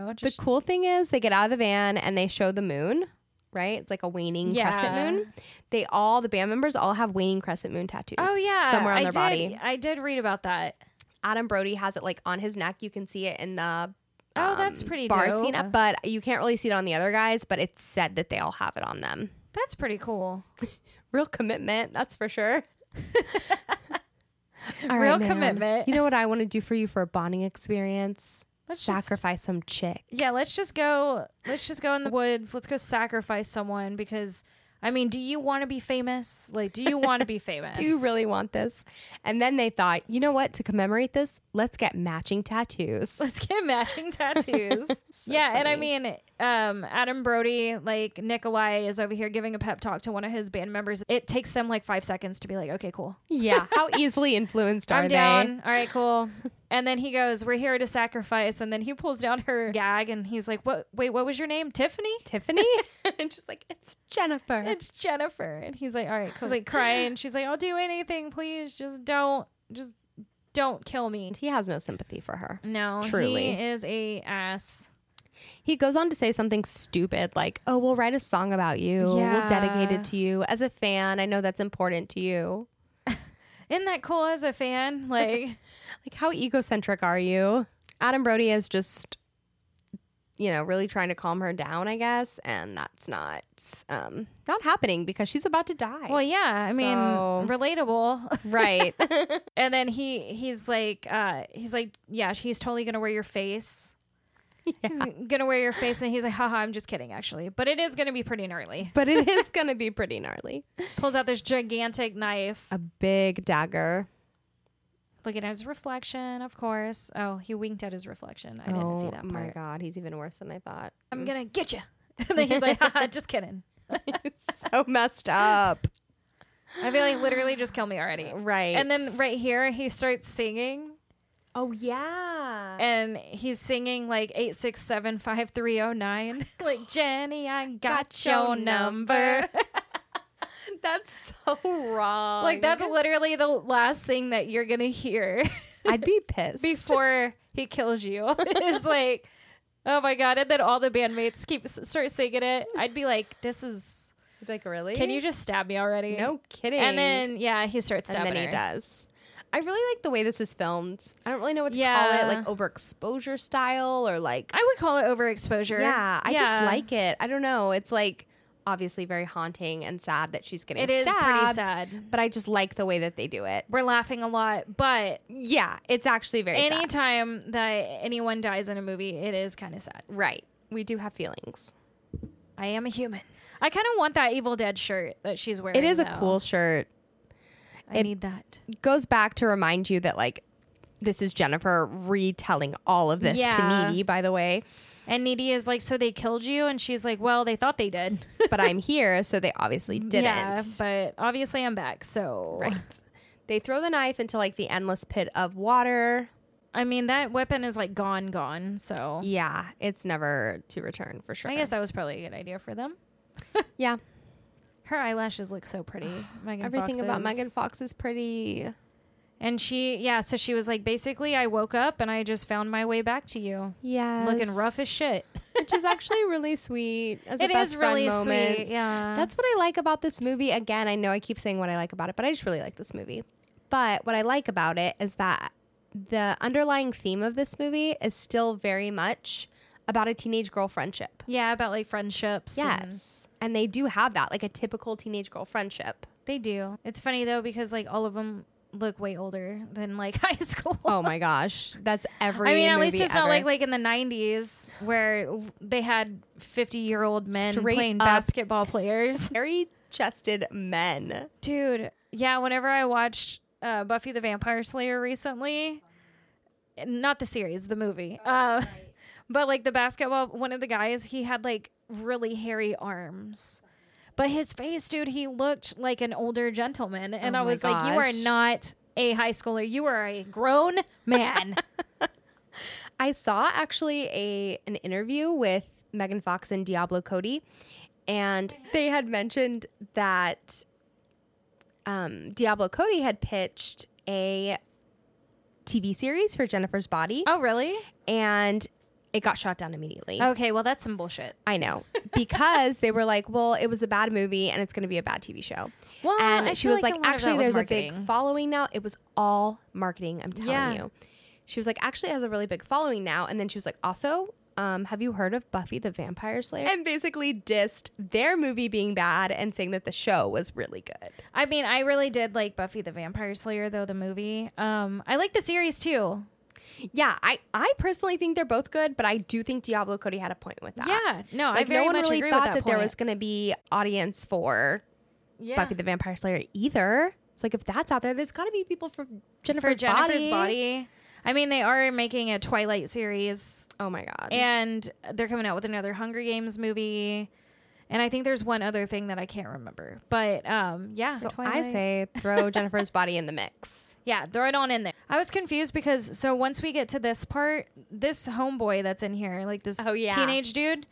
S1: Oh,
S2: The
S1: just-
S2: cool thing is they get out of the van and they show the moon, right? It's like a waning crescent
S1: Yeah.
S2: moon. They all the band members all have waning crescent moon tattoos.
S1: oh yeah,
S2: somewhere on
S1: I
S2: their
S1: did,
S2: body.
S1: I did read about that.
S2: Adam Brody has it like on his neck. You can see it in the
S1: Oh, that's
S2: um,
S1: pretty
S2: bar
S1: dope.
S2: scene, but you can't really see it on the other guys. But it's said that they all have it on them.
S1: That's pretty cool.
S2: Real commitment, that's for sure. *laughs* All
S1: Real commitment.
S2: You know what I want to do for you for a bonding experience?
S1: Let's just-
S2: Sacrifice some chick.
S1: Yeah, let's just go. Let's just go in the woods. Let's go sacrifice someone because, I mean, do you want to be famous? Like, do you want
S2: *laughs*
S1: to be famous?
S2: do you
S1: *laughs*
S2: really want this? And then they thought, you know what? To commemorate this, let's get matching tattoos.
S1: Let's get matching tattoos. yeah, and I
S2: funny.
S1: mean, um, Adam Brody, like Nikolai, is over here giving a pep talk to one of his band members. It takes them like five seconds to be like, okay, cool.
S2: *laughs* Yeah. *laughs* How easily influenced are
S1: I'm
S2: they?
S1: down. All right, cool. *laughs* And then he goes, "We're here to sacrifice." And then he pulls down her gag, and he's like, "What? Wait, what was your name? Tiffany?
S2: *laughs* Tiffany? and she's like, it's Jennifer.
S1: It's Jennifer." And he's like, "All right," cool. He's like crying. *laughs* She's like, "I'll do anything, please. Just don't, just don't kill me."
S2: he has no sympathy for her.
S1: No,
S2: Truly.
S1: he is a ass.
S2: He goes on to say something stupid like, oh, we'll write a song about you. We'll dedicate
S1: Yeah.
S2: it to you. As a fan, I know that's important to you.
S1: Isn't that cool as a *laughs* fan? Like,
S2: Like, how egocentric are you? Adam Brody is just, you know, really trying to calm her down, I guess, and that's not um, not happening because she's about to die. *laughs*
S1: well, yeah. I mean,
S2: So-
S1: relatable.
S2: right.
S1: And then he he's like uh he's like yeah he's totally gonna wear your face. He's gonna wear your face, and he's like, haha, I'm just kidding, actually. But it is gonna be pretty gnarly.
S2: but it is going to be pretty gnarly.
S1: Pulls out this gigantic knife.
S2: A big dagger.
S1: Looking at his reflection, of course. Oh, he winked at his reflection. I didn't see
S2: Oh,
S1: that
S2: my
S1: part.
S2: God. He's even worse than I *laughs* thought.
S1: I'm gonna get you. *laughs* And then he's like,
S2: *laughs*
S1: haha, just kidding.
S2: so messed up.
S1: I feel like literally just kill me already.
S2: Right.
S1: And then right here, he starts singing,
S2: oh, yeah.
S1: and he's singing like eight six seven five three zero nine. *laughs* Like Jenny, I got, your
S2: *laughs*
S1: number.
S2: that's so wrong.
S1: Like that's literally the last thing that you're gonna hear
S2: *laughs*
S1: *laughs*
S2: I'd be pissed.
S1: before he kills you. *laughs* It's like, oh my god! And then all the bandmates keep s- start singing it. I'd be like, this is.
S2: like really?
S1: Can you just stab me already?
S2: Eh? No kidding.
S1: And then yeah, he starts
S2: and
S1: stabbing
S2: then he
S1: her.
S2: does. I really like the way this is filmed. I don't really know what to
S1: Yeah.
S2: call it, like overexposure style or like.
S1: I would call it overexposure.
S2: Yeah, I just
S1: Yeah.
S2: like it. I don't know. It's like obviously very haunting and sad that she's getting
S1: It is
S2: stabbed,
S1: pretty sad.
S2: But I just like the way that they do it.
S1: We're laughing a lot, but
S2: Yeah, it's actually very sad.
S1: anytime that anyone dies in a movie, it is kind of sad.
S2: Right. We do have feelings.
S1: I am a human. I kind of want that Evil Dead shirt that she's wearing.
S2: It is a
S1: though.
S2: cool shirt.
S1: I
S2: it-
S1: need that.
S2: goes back to remind you that like this is Jennifer retelling all of this
S1: Yeah.
S2: to Needy, by the way.
S1: And Needy is like, so they killed you, and she's like, well, they thought they did,
S2: *laughs* But I'm here, so they obviously
S1: *laughs*
S2: didn't.
S1: Yeah, but obviously I'm back, so
S2: right. *laughs* They throw the knife into like the endless pit of water.
S1: I mean that weapon is like gone, gone. So
S2: Yeah, it's never to return for sure.
S1: I guess that was probably a good idea for them.
S2: Yeah,
S1: Her eyelashes look so
S2: *sighs*
S1: pretty. Megan
S2: everything about
S1: Fox's.
S2: Megan Fox is pretty.
S1: And she, yeah, so she was like, basically, I woke up and I just found my way back to you,
S2: Yeah,
S1: looking rough as shit.
S2: *laughs* which is actually really sweet. As
S1: *laughs*
S2: a
S1: It
S2: best
S1: is really
S2: friend moment.
S1: sweet. Yeah,
S2: That's what I like about this movie. Again, I know I keep saying what I like about it, but I just really like this movie. But what I like about it is that the underlying theme of this movie is still very much about a teenage girl friendship.
S1: yeah about like friendships. and-
S2: Yes. And they do have that, like a typical teenage girl friendship.
S1: They do. It's funny though because like all of them look way older than like *laughs* high school.
S2: Oh *laughs* my gosh. That's every
S1: I mean, at
S2: movie
S1: least it's
S2: ever.
S1: not like like in the '90s where l- they had 50 year old men
S2: Straight
S1: playing
S2: up.
S1: basketball players.
S2: hairy chested men.
S1: Dude, yeah. Whenever I watched uh, Buffy the Vampire Slayer recently, not the series, the movie, uh, *laughs* but like the basketball, one of the guys, he had like really hairy arms. But his face, dude, he looked like an older gentleman. And
S2: Oh
S1: I
S2: my
S1: was like, you are
S2: gosh.
S1: not a high schooler. You are a grown man.
S2: I saw actually a an interview with Megan Fox and Diablo Cody, and they had mentioned that um, Diablo Cody had pitched a TV series for Jennifer's Body,
S1: *laughs* oh, *laughs* really?
S2: and it got shot down immediately.
S1: Okay, well, that's some bullshit.
S2: I know because they were like, "Well, it was a bad movie, and it's going to be a bad TV show."
S1: Well,
S2: and
S1: I
S2: she
S1: feel
S2: was
S1: like
S2: like,
S1: a lot of
S2: "Actually,
S1: that was
S2: there's a
S1: marketing."
S2: big following now. It was all marketing. I'm telling
S1: Yeah.
S2: you." She was like, "Actually, it has a really big following now." And then she was like, "Also, um, have you heard of Buffy the Vampire Slayer?" And basically dissed their movie being bad and saying that the show was really good.
S1: I mean, I really did like Buffy the Vampire Slayer, though, the movie. Um, I like the series too.
S2: Yeah, I I personally think they're both good, but I do think Diablo Cody had a point with that.
S1: Yeah, no, I
S2: Like,
S1: very
S2: no one
S1: much
S2: really
S1: agree
S2: thought
S1: with that,
S2: that there
S1: point.
S2: was going to be audience for
S1: yeah.
S2: Buffy the Vampire Slayer either. So like if that's out there, there's got to be people for Jennifer's,
S1: for Jennifer's body. I mean, they are making a Twilight series,
S2: Oh my god.
S1: and they're coming out with another Hunger Games movie, and I think there's one other thing that I can't remember. But um, yeah,
S2: so I
S1: Twilight.
S2: say *laughs* throw Jennifer's body in the mix.
S1: Yeah, throw it on in there. I was confused because so once we get to this part, this homeboy that's in here, like this
S2: Oh, yeah.
S1: teenage dude,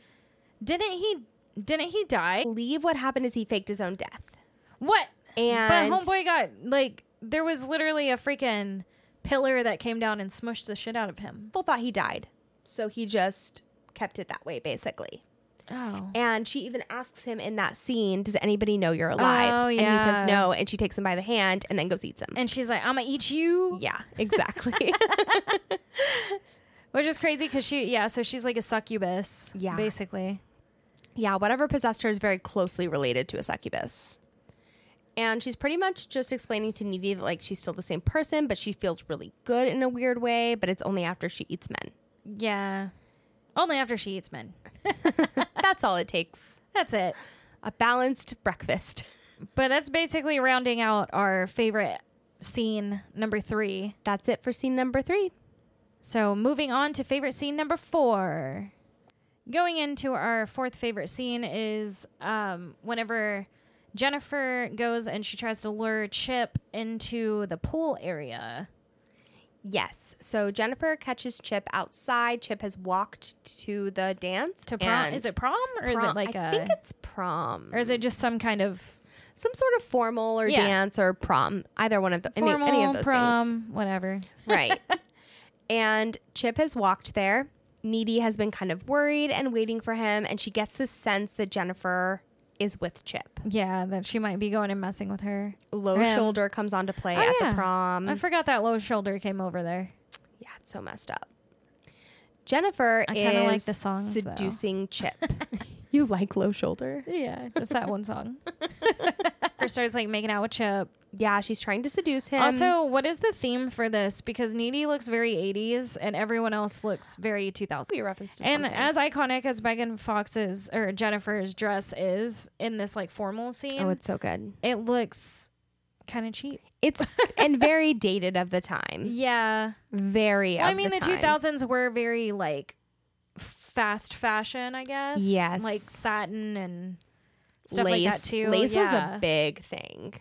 S1: didn't he didn't he
S2: I
S1: die?
S2: believe what happened is he faked his own death.
S1: What?
S2: And
S1: but homeboy got like there was literally a freaking pillar that came down and smushed the shit out of him.
S2: people thought he died. So he just kept it that way basically.
S1: Oh.
S2: And she even asks him in that scene, "Does anybody know you're alive?"
S1: Oh,
S2: And he says
S1: yeah.
S2: no, and she takes him by the hand and then goes eats him.
S1: And she's like, "I'm gonna eat you,"
S2: yeah, *laughs* exactly.
S1: *laughs* which is crazy because she, yeah, so she's like a succubus,
S2: Yeah.
S1: basically.
S2: yeah, whatever possessed her is very closely related to a succubus. And she's pretty much just explaining to Needy that like she's still the same person, but she feels really good in a weird way, but it's only after she eats men.
S1: Yeah, only after she eats men. *laughs*
S2: That's all it takes.
S1: That's it.
S2: A balanced breakfast.
S1: But that's basically rounding out our favorite scene number three.
S2: That's it for scene number 3.
S1: So moving on to favorite scene number four. Going into our fourth favorite scene is um, whenever Jennifer goes and she tries to lure Chip into the pool area.
S2: Yes. So Jennifer catches Chip outside. Chip has walked to the dance
S1: To prom,
S2: and
S1: is it prom or is
S2: prom-
S1: it like
S2: I
S1: a,
S2: think it's prom
S1: or is it just some kind of
S2: some sort of formal or
S1: Yeah.
S2: dance or prom? Either one of the
S1: formal
S2: any, any of those
S1: prom,
S2: things.
S1: whatever?
S2: right. *laughs* And Chip has walked there. Needy has been kind of worried and waiting for him, and she gets this sense that Jennifer is with Chip.
S1: Yeah, that she might be going and messing with her.
S2: Low
S1: Him.
S2: shoulder comes on to play
S1: Oh,
S2: at
S1: yeah.
S2: the prom.
S1: I forgot that low shoulder came over there.
S2: Yeah, it's so messed up. Jennifer
S1: I kinda
S2: is
S1: like the songs, though. *laughs*
S2: seducing Chip. *laughs* you like low shoulder?
S1: Yeah, just that one
S2: *laughs*
S1: song. or starts like making out with Chip.
S2: Yeah, she's trying to seduce him.
S1: also, what is the theme for this? Because Needy looks very 80s and everyone else looks very 2000s.
S2: be a reference to
S1: And
S2: something.
S1: as iconic as Megan Fox's or Jennifer's dress is in this like formal scene,
S2: oh, it's
S1: *laughs*
S2: so good.
S1: it looks kind of cheap.
S2: It's and very dated of the time.
S1: Yeah.
S2: Very.
S1: Well, I
S2: of
S1: mean, the,
S2: time.
S1: 2000s were very like fast fashion, I guess.
S2: Yes.
S1: Like satin and stuff like that too.
S2: Lace was
S1: yeah.
S2: a big thing,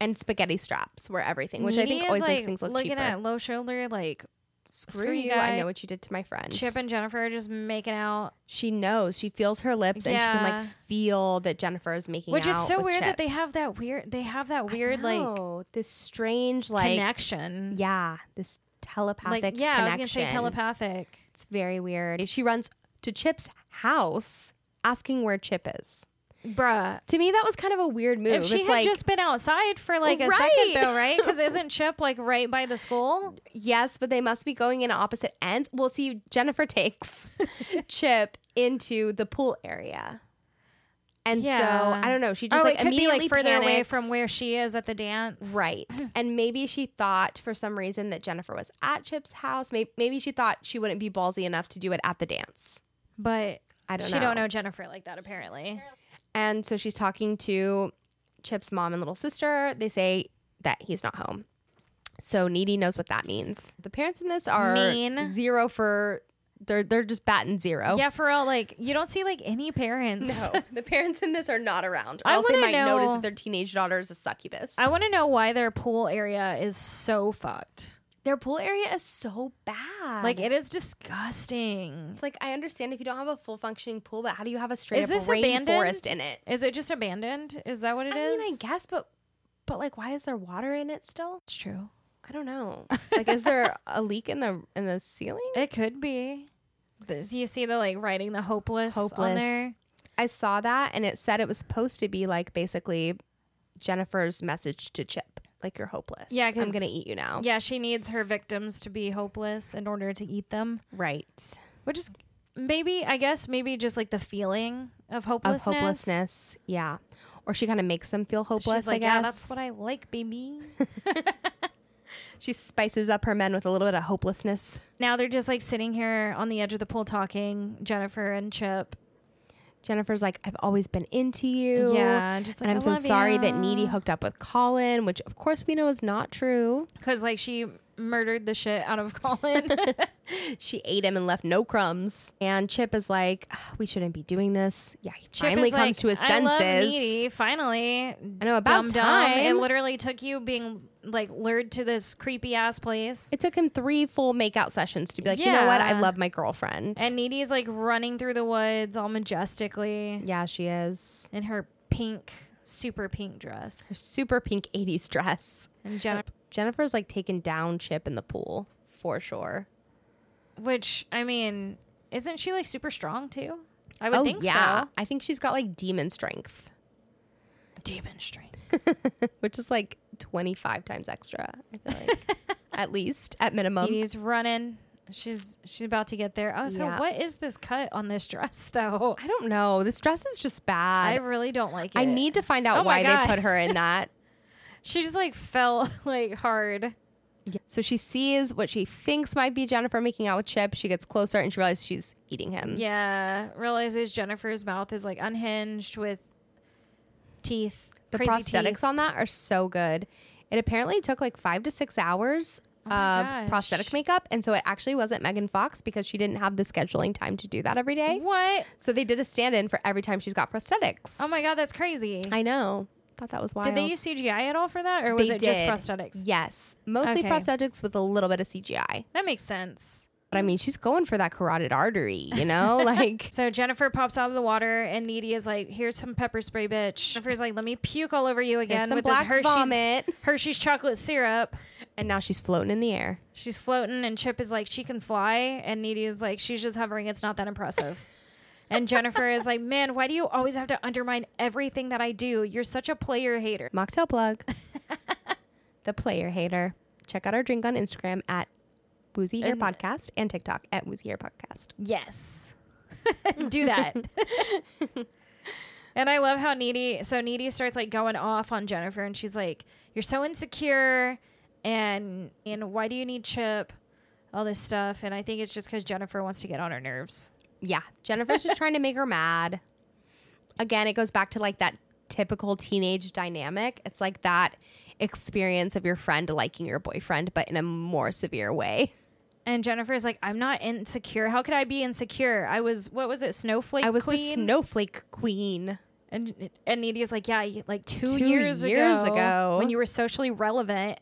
S2: and spaghetti straps were everything, which I
S1: Needy
S2: think
S1: is,
S2: always
S1: like,
S2: makes things look
S1: looking
S2: cheaper.
S1: at low shoulder like
S2: Screw,
S1: screw
S2: you!
S1: you,
S2: I
S1: guy.
S2: know what you did to my friend.
S1: Chip and Jennifer are just making out,
S2: she knows. She feels her lips, and she can
S1: Yeah.
S2: like feel that Jennifer is making
S1: which
S2: out.
S1: is so
S2: with
S1: weird
S2: Chip.
S1: that they have that weird they have that weird like
S2: No, this strange like
S1: connection.
S2: yeah this telepathic
S1: like yeah,
S2: connection.
S1: I was gonna say telepathic.
S2: It's very weird. She runs to Chip's house asking where Chip is.
S1: Bruh.
S2: To me, that was kind of a weird move.
S1: If she
S2: it's
S1: had
S2: like,
S1: just been outside for like a
S2: Right.
S1: second though, right?
S2: *laughs*
S1: Because isn't Chip like right by the school?
S2: yes, but they must be going in opposite ends. We'll see. Jennifer
S1: *laughs*
S2: *laughs* takes Chip into the pool area, and
S1: Yeah.
S2: so I don't know. She just
S1: oh,
S2: like
S1: it could be
S2: immediately
S1: like further away
S2: panics.
S1: from where she is at the dance.
S2: Right.
S1: *clears throat*
S2: And maybe she thought for some reason that Jennifer was at Chip's house. Maybe, maybe she thought she wouldn't be ballsy enough to do it at the dance.
S1: But
S2: I don't
S1: she
S2: know.
S1: don't know Jennifer like that apparently.
S2: And so she's talking to Chip's mom and little sister. They say that he's not home. So Needy knows what that means. The parents in this are
S1: Mean.
S2: zero for they're they're just batting zero. *laughs*
S1: Yeah, for real, like you don't see like any parents.
S2: Oh. No, the parents in this are not around. Or
S1: I
S2: else they
S1: wanna
S2: might notice
S1: know-
S2: that their teenage daughter is a succubus.
S1: I want to know why their pool area is so fucked.
S2: their pool area is so bad.
S1: Like it is disgusting.
S2: It's like I understand if you don't have a full functioning pool, but how do you have a straight
S1: Is
S2: up
S1: this abandoned?
S2: rainforest in it?
S1: Is it just abandoned? Is that what it
S2: I
S1: is?
S2: mean, I guess, but but like, why is there water in it still?
S1: it's true.
S2: I don't know. Like, is there a leak in the in the ceiling?
S1: It could be. This, you see the like writing the hopeless, on
S2: Hopeless.
S1: there.
S2: I saw that, and it said it was supposed to be like basically Jennifer's message to Chip, like you're hopeless.
S1: Yeah,
S2: I'm
S1: 'cause-
S2: gonna eat you now.
S1: Yeah, she needs her victims to be hopeless in order to eat them,
S2: Right.
S1: which is maybe I guess maybe just like the feeling of
S2: Of
S1: hopelessness.
S2: hopelessness. Yeah. Or she kind of makes them feel
S1: She's
S2: hopeless.
S1: like,
S2: I guess.
S1: yeah, that's what I like, baby.
S2: *laughs* she spices up her men with a little bit of hopelessness.
S1: now they're just like sitting here on the edge of the pool talking, Jennifer and Chip.
S2: Jennifer's like, I've always been into you.
S1: Yeah, just like,
S2: and I'm
S1: "I
S2: so
S1: love
S2: sorry that
S1: ya."
S2: Needy hooked up with Colin, which of course we know is not true.
S1: Because like she murdered the shit out of *laughs* Colin.
S2: She ate him and left no crumbs. And Chip is like, "Ah, we shouldn't be doing this. Yeah, he
S1: Chip
S2: finally
S1: is
S2: comes
S1: like,
S2: to his
S1: I
S2: senses.
S1: love Needy, finally.
S2: I know,
S1: dumb.
S2: about
S1: It
S2: time.
S1: literally took you being like lured to this creepy ass place.
S2: It took him three full makeout sessions to be like, you know what? I
S1: Yeah.
S2: love my girlfriend.
S1: And Needy is like running through the woods all majestically
S2: yeah, she is.
S1: in her pink, super pink dress.
S2: Super pink 80s dress.
S1: And Jennifer
S2: Jennifer's like taken down Chip in the pool for sure.
S1: Which I mean, isn't she like super strong too? I would think so.
S2: Oh, I think she's got like demon strength, *laughs*
S1: Demon strength.
S2: which is like 25 times extra, I feel like.
S1: *laughs*
S2: at least, at minimum.
S1: He's running. She's she's about to get there. Oh, so
S2: Yeah.
S1: what is this cut on this *laughs* dress though?
S2: I don't know. This dress is just bad.
S1: I really don't like it.
S2: I need to find out
S1: Oh my
S2: why
S1: God.
S2: they put her
S1: *laughs*
S2: in that.
S1: She just like fell *laughs* like hard.
S2: So she sees what she thinks might be Jennifer making out with Chip. She gets closer and she realizes she's eating him.
S1: Yeah, realizes Jennifer's mouth is like unhinged with teeth.
S2: The
S1: crazy
S2: prosthetics
S1: teeth.
S2: on that are so good. It apparently took like five to six hours
S1: Oh my
S2: of
S1: gosh.
S2: prosthetic makeup. And so it actually wasn't Megan Fox because she didn't have the scheduling time to do that every day.
S1: What?
S2: So they did a stand in for every time she's got prosthetics.
S1: Oh my god, that's crazy.
S2: I know. Thought that was wild.
S1: Did they use CGI at all for that, or was
S2: They
S1: it just
S2: did.
S1: prosthetics?
S2: Yes. Mostly
S1: Okay.
S2: prosthetics with a little bit of CGI.
S1: That makes sense.
S2: But I mean, she's going for that carotid artery,
S1: *laughs*
S2: you know? like,
S1: So Jennifer pops out of the water, and Needy is like, "Here's some pepper spray, bitch." Jennifer's like, "Let me puke all over you
S2: there's
S1: again
S2: some
S1: with this
S2: black
S1: Hershey's
S2: vomit.
S1: Hershey's chocolate syrup."
S2: And now she's floating in the air.
S1: She's floating, and Chip is like, "She can fly," and Needy is like, "She's just hovering. It's not that impressive." and Jennifer is like, "Man, why do you always have to undermine everything that I do? You're such a player hater." *laughs*
S2: Mocktail plug. the player hater. Check out our drink on Instagram at Woozy Ear
S1: And-
S2: Podcast and TikTok at Woozy Ear Podcast.
S1: Yes. *laughs* Do that. and I love how Needy so Needy starts like going off on Jennifer and she's like, You're so insecure and and why do you need Chip? All this stuff. And I think it's just because Jennifer wants to get on her nerves.
S2: Yeah. Jennifer's just trying to make her mad. Again, it goes back to like that typical teenage dynamic. It's like that experience of your friend liking your boyfriend, but in a more severe way.
S1: And Jennifer's like, I'm not insecure. How could I be insecure? I was what was it, snowflake?
S2: I was
S1: queen?
S2: the snowflake queen.
S1: and and Needy is like, Yeah, you- like two,
S2: Two
S1: years,
S2: years
S1: ago,
S2: ago.
S1: when you were socially
S2: *laughs*
S1: relevant.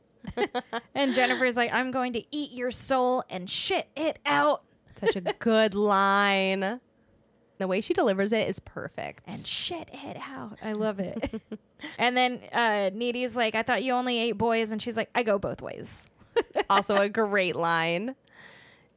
S1: and Jennifer's like, I'm going to eat your soul and shit it out.
S2: Such a good line. The way she delivers it is perfect.
S1: and shit it out. I love it. *laughs* and then uh, Needy's like, I thought you only ate boys. And she's like, I go both ways.
S2: *laughs* also a great line.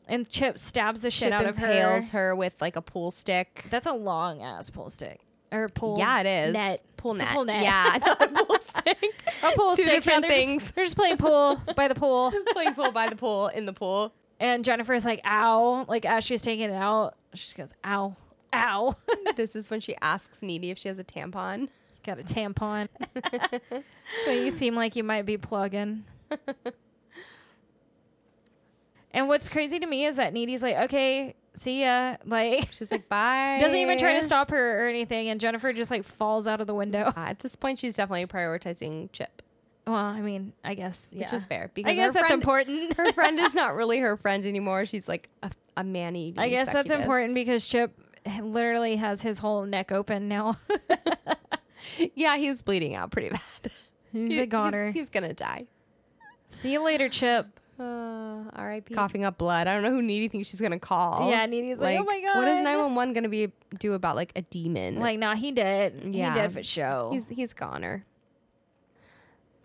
S1: And Chip stabs the shit
S2: Chip
S1: out of her.
S2: impales her with like a pool stick.
S1: That's a long ass pull stick. Or pull
S2: yeah, it is.
S1: Net.
S2: Pool
S1: It's a
S2: net.
S1: pool net.
S2: Yeah, *laughs* not a pool stick.
S1: *laughs* A pull
S2: Two
S1: stick.
S2: different
S1: yeah, they're
S2: things. *laughs*
S1: Just, they're just playing pool by the pool.
S2: Playing pool by the pool in the pool.
S1: And Jennifer's like, ow. Like, as she's taking it out, she just goes, ow, ow. *laughs*
S2: this is when she asks Needy if she has a tampon.
S1: Got a tampon. *laughs* so you seem like you might be
S2: *laughs*
S1: plugging. and what's crazy to me is that Needy's like, okay, see ya. *laughs* Like,
S2: She's like, bye.
S1: doesn't even try
S2: *laughs*
S1: to stop her or anything. And Jennifer just like falls out of the window.
S2: Uh, at this point, she's definitely prioritizing Chip,
S1: Well, I mean, I guess, yeah.
S2: which is fair because
S1: I guess
S2: her
S1: that's
S2: friend-
S1: important.
S2: Her friend
S1: *laughs*
S2: is not really her friend anymore. She's like a, a man eating.
S1: I guess that's
S2: succubus.
S1: important because Chip literally has his whole neck open now. *laughs*
S2: yeah, he's bleeding out pretty *laughs* bad.
S1: He's
S2: He-
S1: a goner.
S2: He's, gonna die.
S1: See you later, Chip.
S2: Uh, R.I.P. Coughing up blood. I don't know who Needy thinks she's gonna call.
S1: Yeah, Needy's like, oh my god.
S2: what is nine one one gonna be do about like a demon?
S1: Like, nah, he did.
S2: Yeah.
S1: He did for show.
S2: he's he's goner.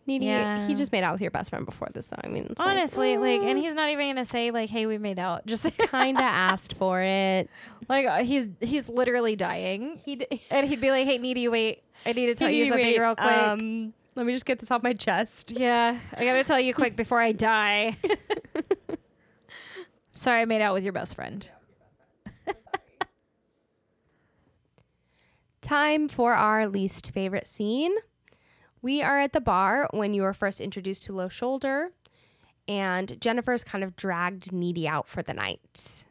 S2: Needy,
S1: Yeah.
S2: he just made out with your best friend before this, though. I mean, it's
S1: Honestly, like, and
S2: mm. *laughs*
S1: he's not even gonna say like, "Hey, we made out." *laughs* Just
S2: kind of asked for it.
S1: *laughs* like uh, he's he's literally dying,
S2: He d-
S1: and he'd be like, "Hey, needy,
S2: *laughs*
S1: wait, I need to tell you
S2: Wait,
S1: something
S2: wait,
S1: real quick."
S2: Um, let me just get this off my chest.
S1: yeah, I gotta tell you quick before I
S2: *laughs*
S1: die. Sorry, I made out with your best friend.
S2: Time for our least favorite scene. We are at the bar when you are first introduced to
S1: *laughs*
S2: Low Shoulder, and Jennifer's kind of dragged Needy out for the night.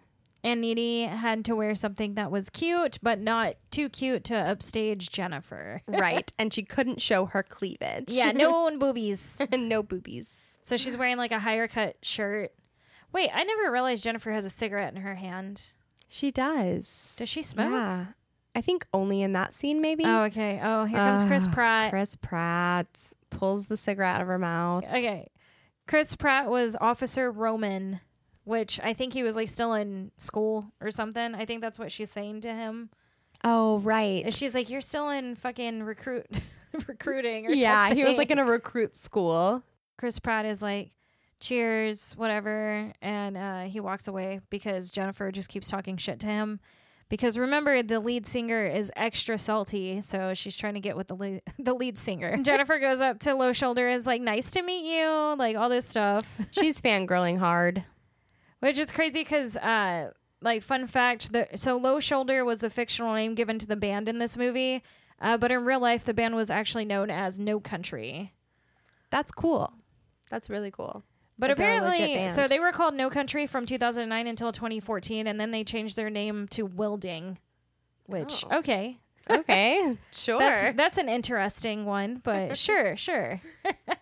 S1: and Needy had to wear something that was cute, but not too cute to upstage Jennifer.
S2: right. And she couldn't show her cleavage. *laughs*
S1: Yeah, no own boobies.
S2: no boobies.
S1: So she's wearing like a higher cut shirt. Wait, I never realized Jennifer has a cigarette in her hand.
S2: She does.
S1: Does she smoke?
S2: Yeah. I think only in that scene, maybe.
S1: Oh, okay. Oh, here comes Chris
S2: Ah,
S1: Pratt.
S2: Chris Pratt pulls the cigarette out of her mouth.
S1: Okay. Chris Pratt was Officer Roman, which I think he was like still in school or something. I think that's what she's saying to him.
S2: Oh, right.
S1: And
S2: *laughs*
S1: she's like, You're still in fucking recruit *laughs* recruiting or
S2: Yeah,
S1: something.
S2: he was like in a
S1: *laughs*
S2: recruit school.
S1: Chris Pratt is like, cheers, whatever. And uh, he walks away because Jennifer just keeps talking shit to him. Because remember, the lead singer is extra salty, so she's trying to get with the lead, *laughs* the lead singer. Jennifer goes up to Low Shoulder, is like, "Nice to meet you," like all this stuff, *laughs*
S2: She's fangirling hard.
S1: which is crazy because, uh, like, fun fact: the so Low Shoulder was the fictional name given to the band in this movie, uh, but in real life, the band was actually known as No Country.
S2: That's cool. That's really cool.
S1: But
S2: But they're a legit
S1: apparently,
S2: band.
S1: so they were called No Country from 2009 until 2014, and then they changed their name to Wilding, which
S2: Oh.
S1: okay,
S2: Okay, sure.
S1: that's that's an interesting one,
S2: *laughs*
S1: but sure, sure. *laughs*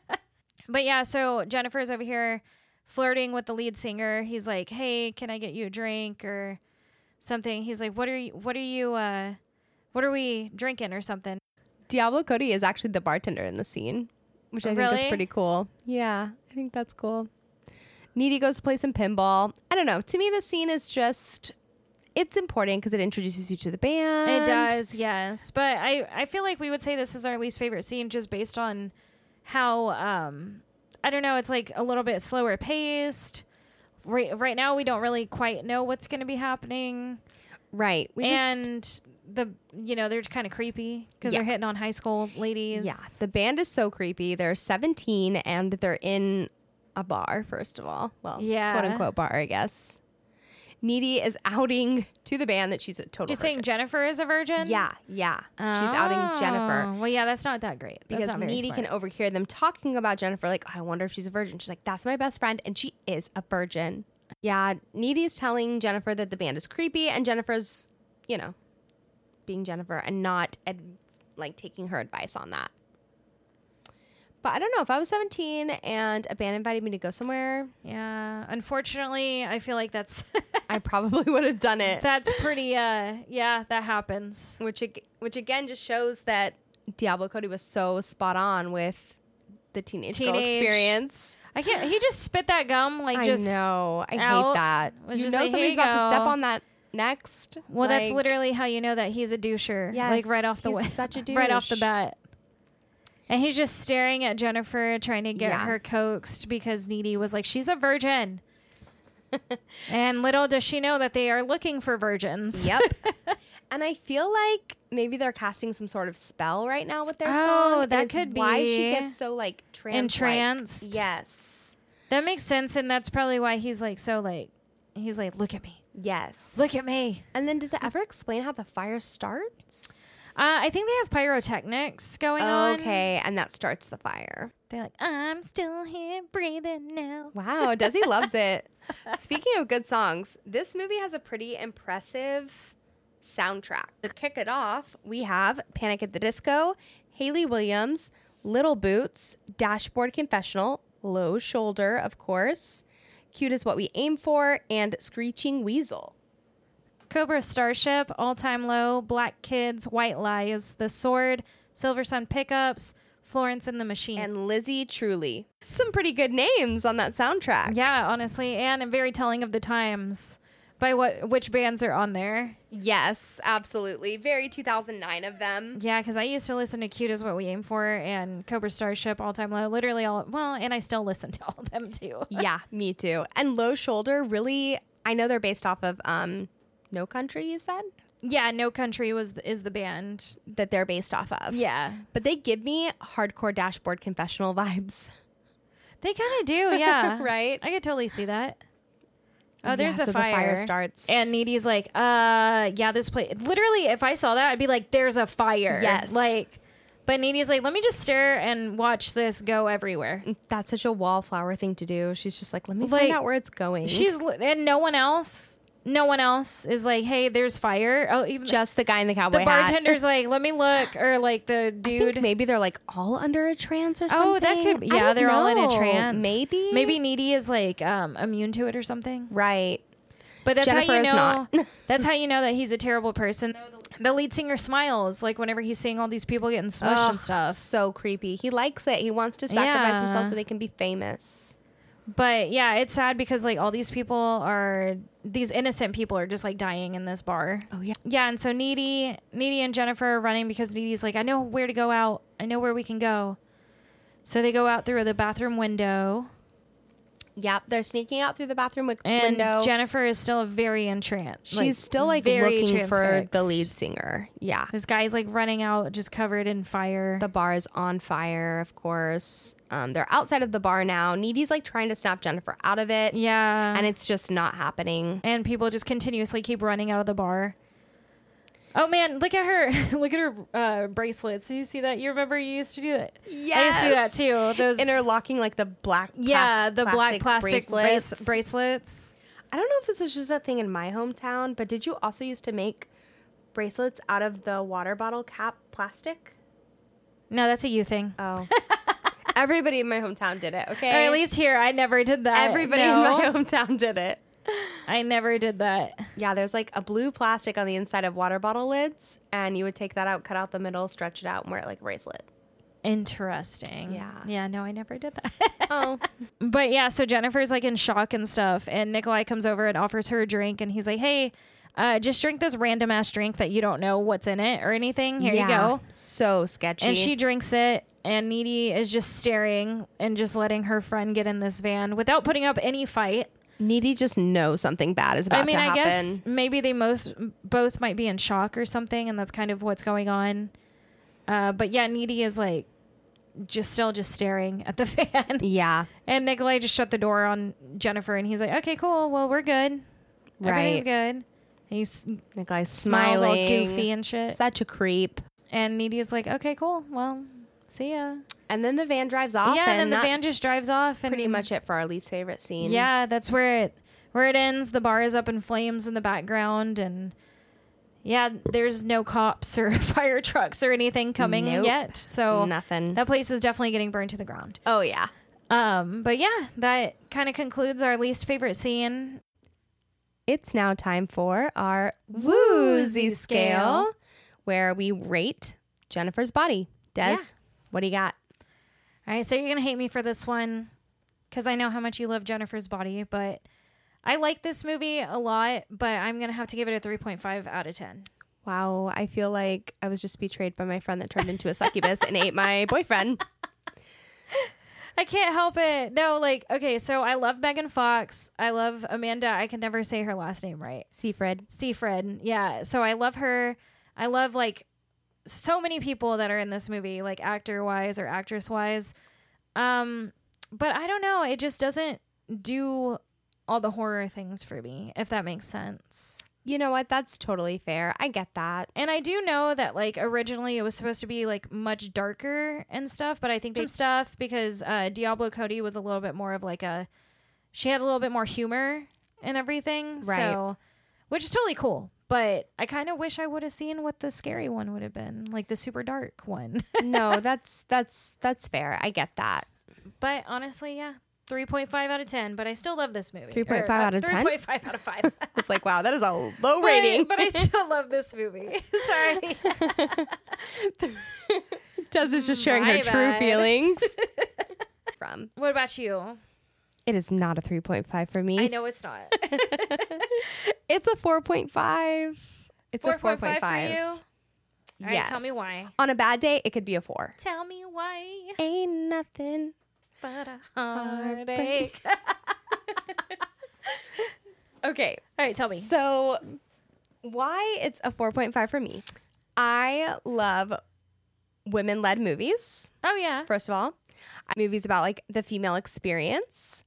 S1: but yeah, so Jennifer's over here flirting with the lead singer. He's like, "Hey, can I get you a drink or something?" He's like, "What are you? What are you? uh What are we drinking or something?"
S2: Diablo Cody is actually the bartender in the scene, which I think
S1: Really?
S2: is pretty cool. Yeah, I think that's cool. Needy goes to play some pinball. I don't know. To me, the scene is just. It's important because it introduces you to the band.
S1: It does, yes. But I, I feel like we would say this is our least favorite scene just based on how um I don't know, it's like a little bit slower paced. Right, right now we don't really quite know what's going to be happening
S2: Right. We just-
S1: and the you know, they're kind of creepy cuz they're
S2: Yeah.
S1: hitting on high school ladies.
S2: Yeah, the band is so creepy. They're 17 and they're in a bar, first of all. Well,
S1: Yeah.
S2: quote unquote bar, I guess. Needy is outing to the band that she's a total.
S1: Just saying
S2: virgin.
S1: Jennifer is a virgin?
S2: Yeah, yeah. She's outing Jennifer
S1: Oh, Well, yeah, that's not that great. That's
S2: because
S1: not very
S2: Needy can
S1: smart.
S2: overhear them talking about Jennifer. Like, I wonder if she's a virgin. She's like, that's my best friend, and she is a virgin. Yeah, Needy is telling Jennifer that the band is creepy, and Jennifer's, you know, being Jennifer and not ad- like taking her advice on that. But I don't know if I was 17 and a band invited me to go somewhere,
S1: Yeah. Unfortunately, I feel like that's
S2: I *laughs* probably would have done
S1: *laughs*
S2: it.
S1: that's pretty uh yeah, that happens.
S2: which ag- which again just shows that Diablo Cody was so spot on with the teenage, girl
S1: Teenage.
S2: experience.
S1: I can't. He just spit that gum like just.
S2: I know. I
S1: out.
S2: hate that.
S1: Was
S2: you
S1: just
S2: know
S1: like, "Here
S2: somebody's
S1: you
S2: about to step
S1: go."
S2: on that next.
S1: Well, that's
S2: Like, *laughs*
S1: literally how you know that he's a doucher.
S2: Yes,
S1: like right off the
S2: he's
S1: way.
S2: such a
S1: *laughs* Right off the
S2: douche.
S1: bat. And he's just staring at Jennifer, trying to get
S2: Yeah.
S1: her coaxed because Needy was like, "She's a
S2: *laughs*
S1: virgin," and little does she know that they are looking for virgins.
S2: Yep. and I feel like maybe they're casting some sort of spell right now with their
S1: Oh,
S2: song. and
S1: that
S2: it's
S1: could
S2: why she
S1: be.
S2: gets so like trans.
S1: Entranced.
S2: Yes.
S1: That makes sense, and that's probably why he's like so like, he's like, "Look at me,
S2: Yes.
S1: look at me."
S2: And then does it ever explain how the fire starts?
S1: Uh, I think they have pyrotechnics going on.
S2: Okay, and that starts the fire.
S1: They're like, "I'm still here, breathing now."
S2: Wow, Desi loves it. Speaking of good songs, this movie has a pretty impressive soundtrack. To kick it off, we have Panic at the Disco, Haley Williams, Little Boots, Dashboard Confessional, Low Shoulder, of course, Cute is What We Aim For, and Screeching Weasel.
S1: Cobra Starship, All Time Low, Black Kids, White Lies, The Sword, Silver Sun Pickups, Florence and the Machine.
S2: And Lizzie Truly. Some pretty good names on that soundtrack.
S1: yeah, honestly, and very telling of the times by what which bands are on there.
S2: Yes, absolutely. Very 2009 of them.
S1: Yeah, because I used to listen to "Cute Is What We Aim For" and Cobra Starship, All Time Low, literally all. Well, and I still *laughs* listen to all of them too.
S2: yeah, me too. And low shoulder really I know they're based off of um No Country you said
S1: yeah, No Country was the, is the band.
S2: that they're based off of.
S1: Yeah,
S2: But they give me hardcore dashboard confessional vibes.
S1: they kind of do. *laughs* Yeah,
S2: Right?
S1: I could totally see that. *laughs* Oh, there's
S2: Yeah,
S1: a
S2: so
S1: fire.
S2: The fire starts.
S1: And Needy's like, uh, yeah, this place. Literally, if I saw that, I'd be like, there's a fire.
S2: Yes.
S1: Like, but Needy's like, let me just stare and watch this go everywhere.
S2: That's such a wallflower thing to do. She's just like, let me
S1: Like,
S2: find out where it's going.
S1: She's, li- and no one else no one else is like, hey, there's fire. Oh, even
S2: Just the guy in the
S1: the
S2: cowboy hat.
S1: bartender's like, let me look, or like the
S2: I
S1: dude.
S2: think maybe they're like all under a trance or something.
S1: Oh, that could.
S2: I
S1: Yeah,
S2: don't
S1: they're all in a
S2: know.
S1: trance.
S2: Maybe.
S1: Maybe needy is like um, immune to it or something.
S2: Right.
S1: But that's how
S2: Jennifer
S1: you
S2: is
S1: know.
S2: not.
S1: *laughs* that's how you know that he's a terrible person. The lead singer smiles like whenever he's seeing all these people getting smushed
S2: Ugh,
S1: and stuff.
S2: So creepy. He likes it. He wants to sacrifice himself
S1: Yeah.
S2: so they can be famous.
S1: But yeah, it's sad because like all these people are these innocent people are just like dying in this bar.
S2: Oh yeah.
S1: Yeah, and so Needy, Needy and Jennifer are running because Needy's like, I know where to go out. I know where we can go. So they go out through the bathroom window,
S2: Yep. They're sneaking out through the bathroom wi-
S1: and
S2: window.
S1: Jennifer is still very entranced.
S2: She's still like looking for the lead singer. Yeah.
S1: This guy's like running out, just covered in fire.
S2: The bar is on fire, of course. Um, they're outside of the bar now. Needy's like trying to snap Jennifer out of it,
S1: yeah,
S2: and it's just not happening.
S1: and people just continuously keep running out of the bar. Oh man, look at her! *laughs* look at her uh, bracelets. Do you see that? You remember you used to do that? I used to do that
S2: Yes.
S1: too. Those
S2: Interlocking like the black, plas-
S1: yeah, the black plastic
S2: bracelets.
S1: brace- bracelets.
S2: I don't know if this was just a thing in my hometown, but did you also used to make bracelets out of the water bottle cap plastic?
S1: No, that's a you thing.
S2: *laughs* Oh. Everybody in my hometown did it, okay?
S1: Or at least here, I never did that.
S2: everybody
S1: No, *laughs*
S2: in my hometown did it.
S1: I never did that.
S2: Yeah, there's like a blue plastic on the inside of water bottle lids, and you would take that out, cut out the middle, stretch it out, and wear it like a bracelet.
S1: Interesting.
S2: Yeah.
S1: Yeah, no, I never did that.
S2: *laughs* Oh.
S1: *laughs* but yeah, so Jennifer's like in shock and stuff, and Nikolai comes over and offers her a drink, and he's like, hey, uh, just drink this random ass drink that you don't know what's in it or anything. Here you go.
S2: So sketchy.
S1: And she drinks it, and Needy is just staring and just letting her friend get in this van without putting up any fight.
S2: Needy just knows something bad is about
S1: I mean,
S2: to
S1: I
S2: happen.
S1: guess maybe they most both might be in shock or something, and that's kind of what's going on. Uh, but yeah, Needy is like just still just staring at the *laughs* fan,
S2: Yeah.
S1: and Nikolai just shut the door on Jennifer, and he's like, "Okay, cool. Well, we're good. Everything's
S2: Right.
S1: good." And He's
S2: Nikolai's
S1: smiles all
S2: smiling.
S1: goofy and shit,
S2: Such a creep.
S1: and Needy is like, "Okay, cool. Well, see ya."
S2: And then the van drives off.
S1: yeah, and then the
S2: that's
S1: van just drives off, and
S2: pretty much it for our least favorite scene.
S1: Yeah, that's where it where it ends. The bar is up in flames in the background and yeah, there's no cops *laughs* or fire trucks or anything coming
S2: Nope.
S1: yet.
S2: Oh.
S1: So
S2: Nothing.
S1: that place is definitely getting burned to the ground.
S2: oh yeah.
S1: Um, but yeah, that kind of concludes our least favorite scene.
S2: It's now time for our
S1: Woozy
S2: woozy scale, where we rate Jennifer's body. Des,
S1: Yeah.
S2: what do you got?
S1: All right, so you're going to hate me for this one cuz I know how much you love Jennifer's body, but I like this movie a lot, but I'm going to have to give it a 3.5 out of 10.
S2: Wow, I feel like I was just betrayed by my friend that turned into a succubus and ate *laughs* my boyfriend.
S1: I can't help it. No, like, okay, so I love Megan Fox. I love Amanda. I can never say her last name right.
S2: Seafred.
S1: Seafred. Yeah. So I love her. I love, like, so many people that are in this movie, like, actor wise or actress wise. Um, but I don't know. It just doesn't do all the horror things for me, if that makes sense.
S2: You know what? That's totally fair. I get that.
S1: And I do know that like originally it was supposed to be like much darker and stuff, but I think some stuff because uh, Diablo Cody was a little bit more of like a she had a little bit more humor and everything,
S2: Right.
S1: so which is totally cool. But I kind of wish I would have seen what the scary one would have been, like the super dark one. *laughs*
S2: No, that's that's that's fair. I get that.
S1: but honestly, yeah, three point five out of ten. But I still love this movie. uh,
S2: 3.5 out of 10?
S1: Three point five out of *laughs* five.
S2: It's like wow, that is a low
S1: But-
S2: rating.
S1: *laughs* but I still love this movie. *laughs* Sorry.
S2: *laughs* Des is just sharing her
S1: My
S2: true
S1: bad. *laughs*
S2: feelings. From
S1: what about you?
S2: it is not a three point five for me.
S1: I know it's not.
S2: *laughs* It's a 4.5. It's
S1: Four
S2: a 4.5.
S1: point five for you. All right,
S2: Yes.
S1: tell me why.
S2: On a bad day, it could be a 4.
S1: Tell me why.
S2: Ain't nothing.
S1: But a
S2: heartache.
S1: heartache. All
S2: Okay.
S1: right, tell me.
S2: So, why it's a 4.5 for me? I love women led movies,
S1: Oh yeah.
S2: first of all. Movies about like the female experience,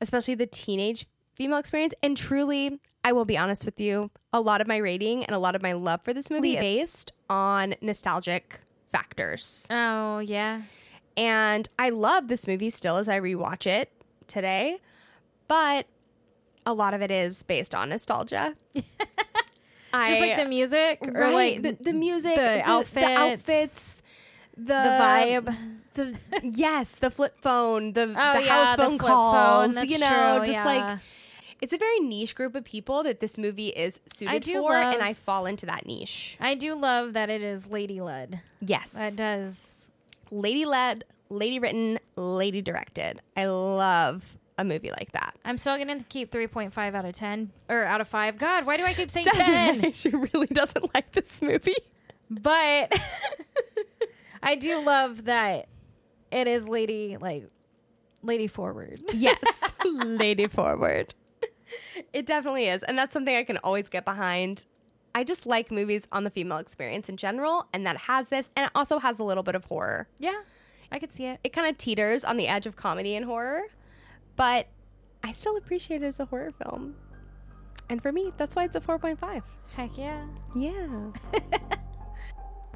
S2: especially the teenage female experience. And truly, I will be honest with you, a lot of my rating and a lot of my love for this movie is based on nostalgic factors.
S1: Oh yeah.
S2: And I love this movie still as I rewatch it today. But a lot of it is based on
S1: *laughs*
S2: nostalgia. I,
S1: Just like the music or
S2: right,
S1: like
S2: the, the music,
S1: the
S2: the
S1: outfits,
S2: outfits, the,
S1: the vibe. *laughs*
S2: the yes, the flip phone, the,
S1: Oh,
S2: the
S1: yeah,
S2: house
S1: the
S2: phone
S1: flip phone,
S2: calls.
S1: that's
S2: you know,
S1: true,
S2: just
S1: yeah.
S2: like it's a very niche group of people that this movie is suited
S1: do
S2: for,
S1: love-
S2: and I fall into that niche.
S1: I do love that it is lady led.
S2: Yes,
S1: That does.
S2: lady led, lady written, lady directed. I love a movie like that.
S1: I'm still gonna keep 3.5 out of 10 or out of five. God, why do I
S2: *laughs*
S1: keep saying
S2: Desiree,
S1: 10?
S2: she really doesn't like this movie.
S1: *laughs*
S2: *laughs*
S1: But I do love that it is lady like lady forward.
S2: Yes, *laughs* lady forward. It definitely is, and that's something I can always get behind. I just like movies on the female experience in general, and that has this, and it also has a little bit of horror.
S1: Yeah, I could see it.
S2: It kind of teeters on the edge of comedy and horror, but I still appreciate it as a horror film. And for me, that's why it's a 4.5.
S1: Heck yeah.
S2: Yeah.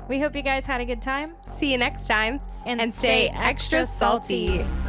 S1: We hope you guys had a good time.
S2: See you next time.
S1: And
S2: And,
S1: stay
S2: stay, extra
S1: extra salty.
S2: salty.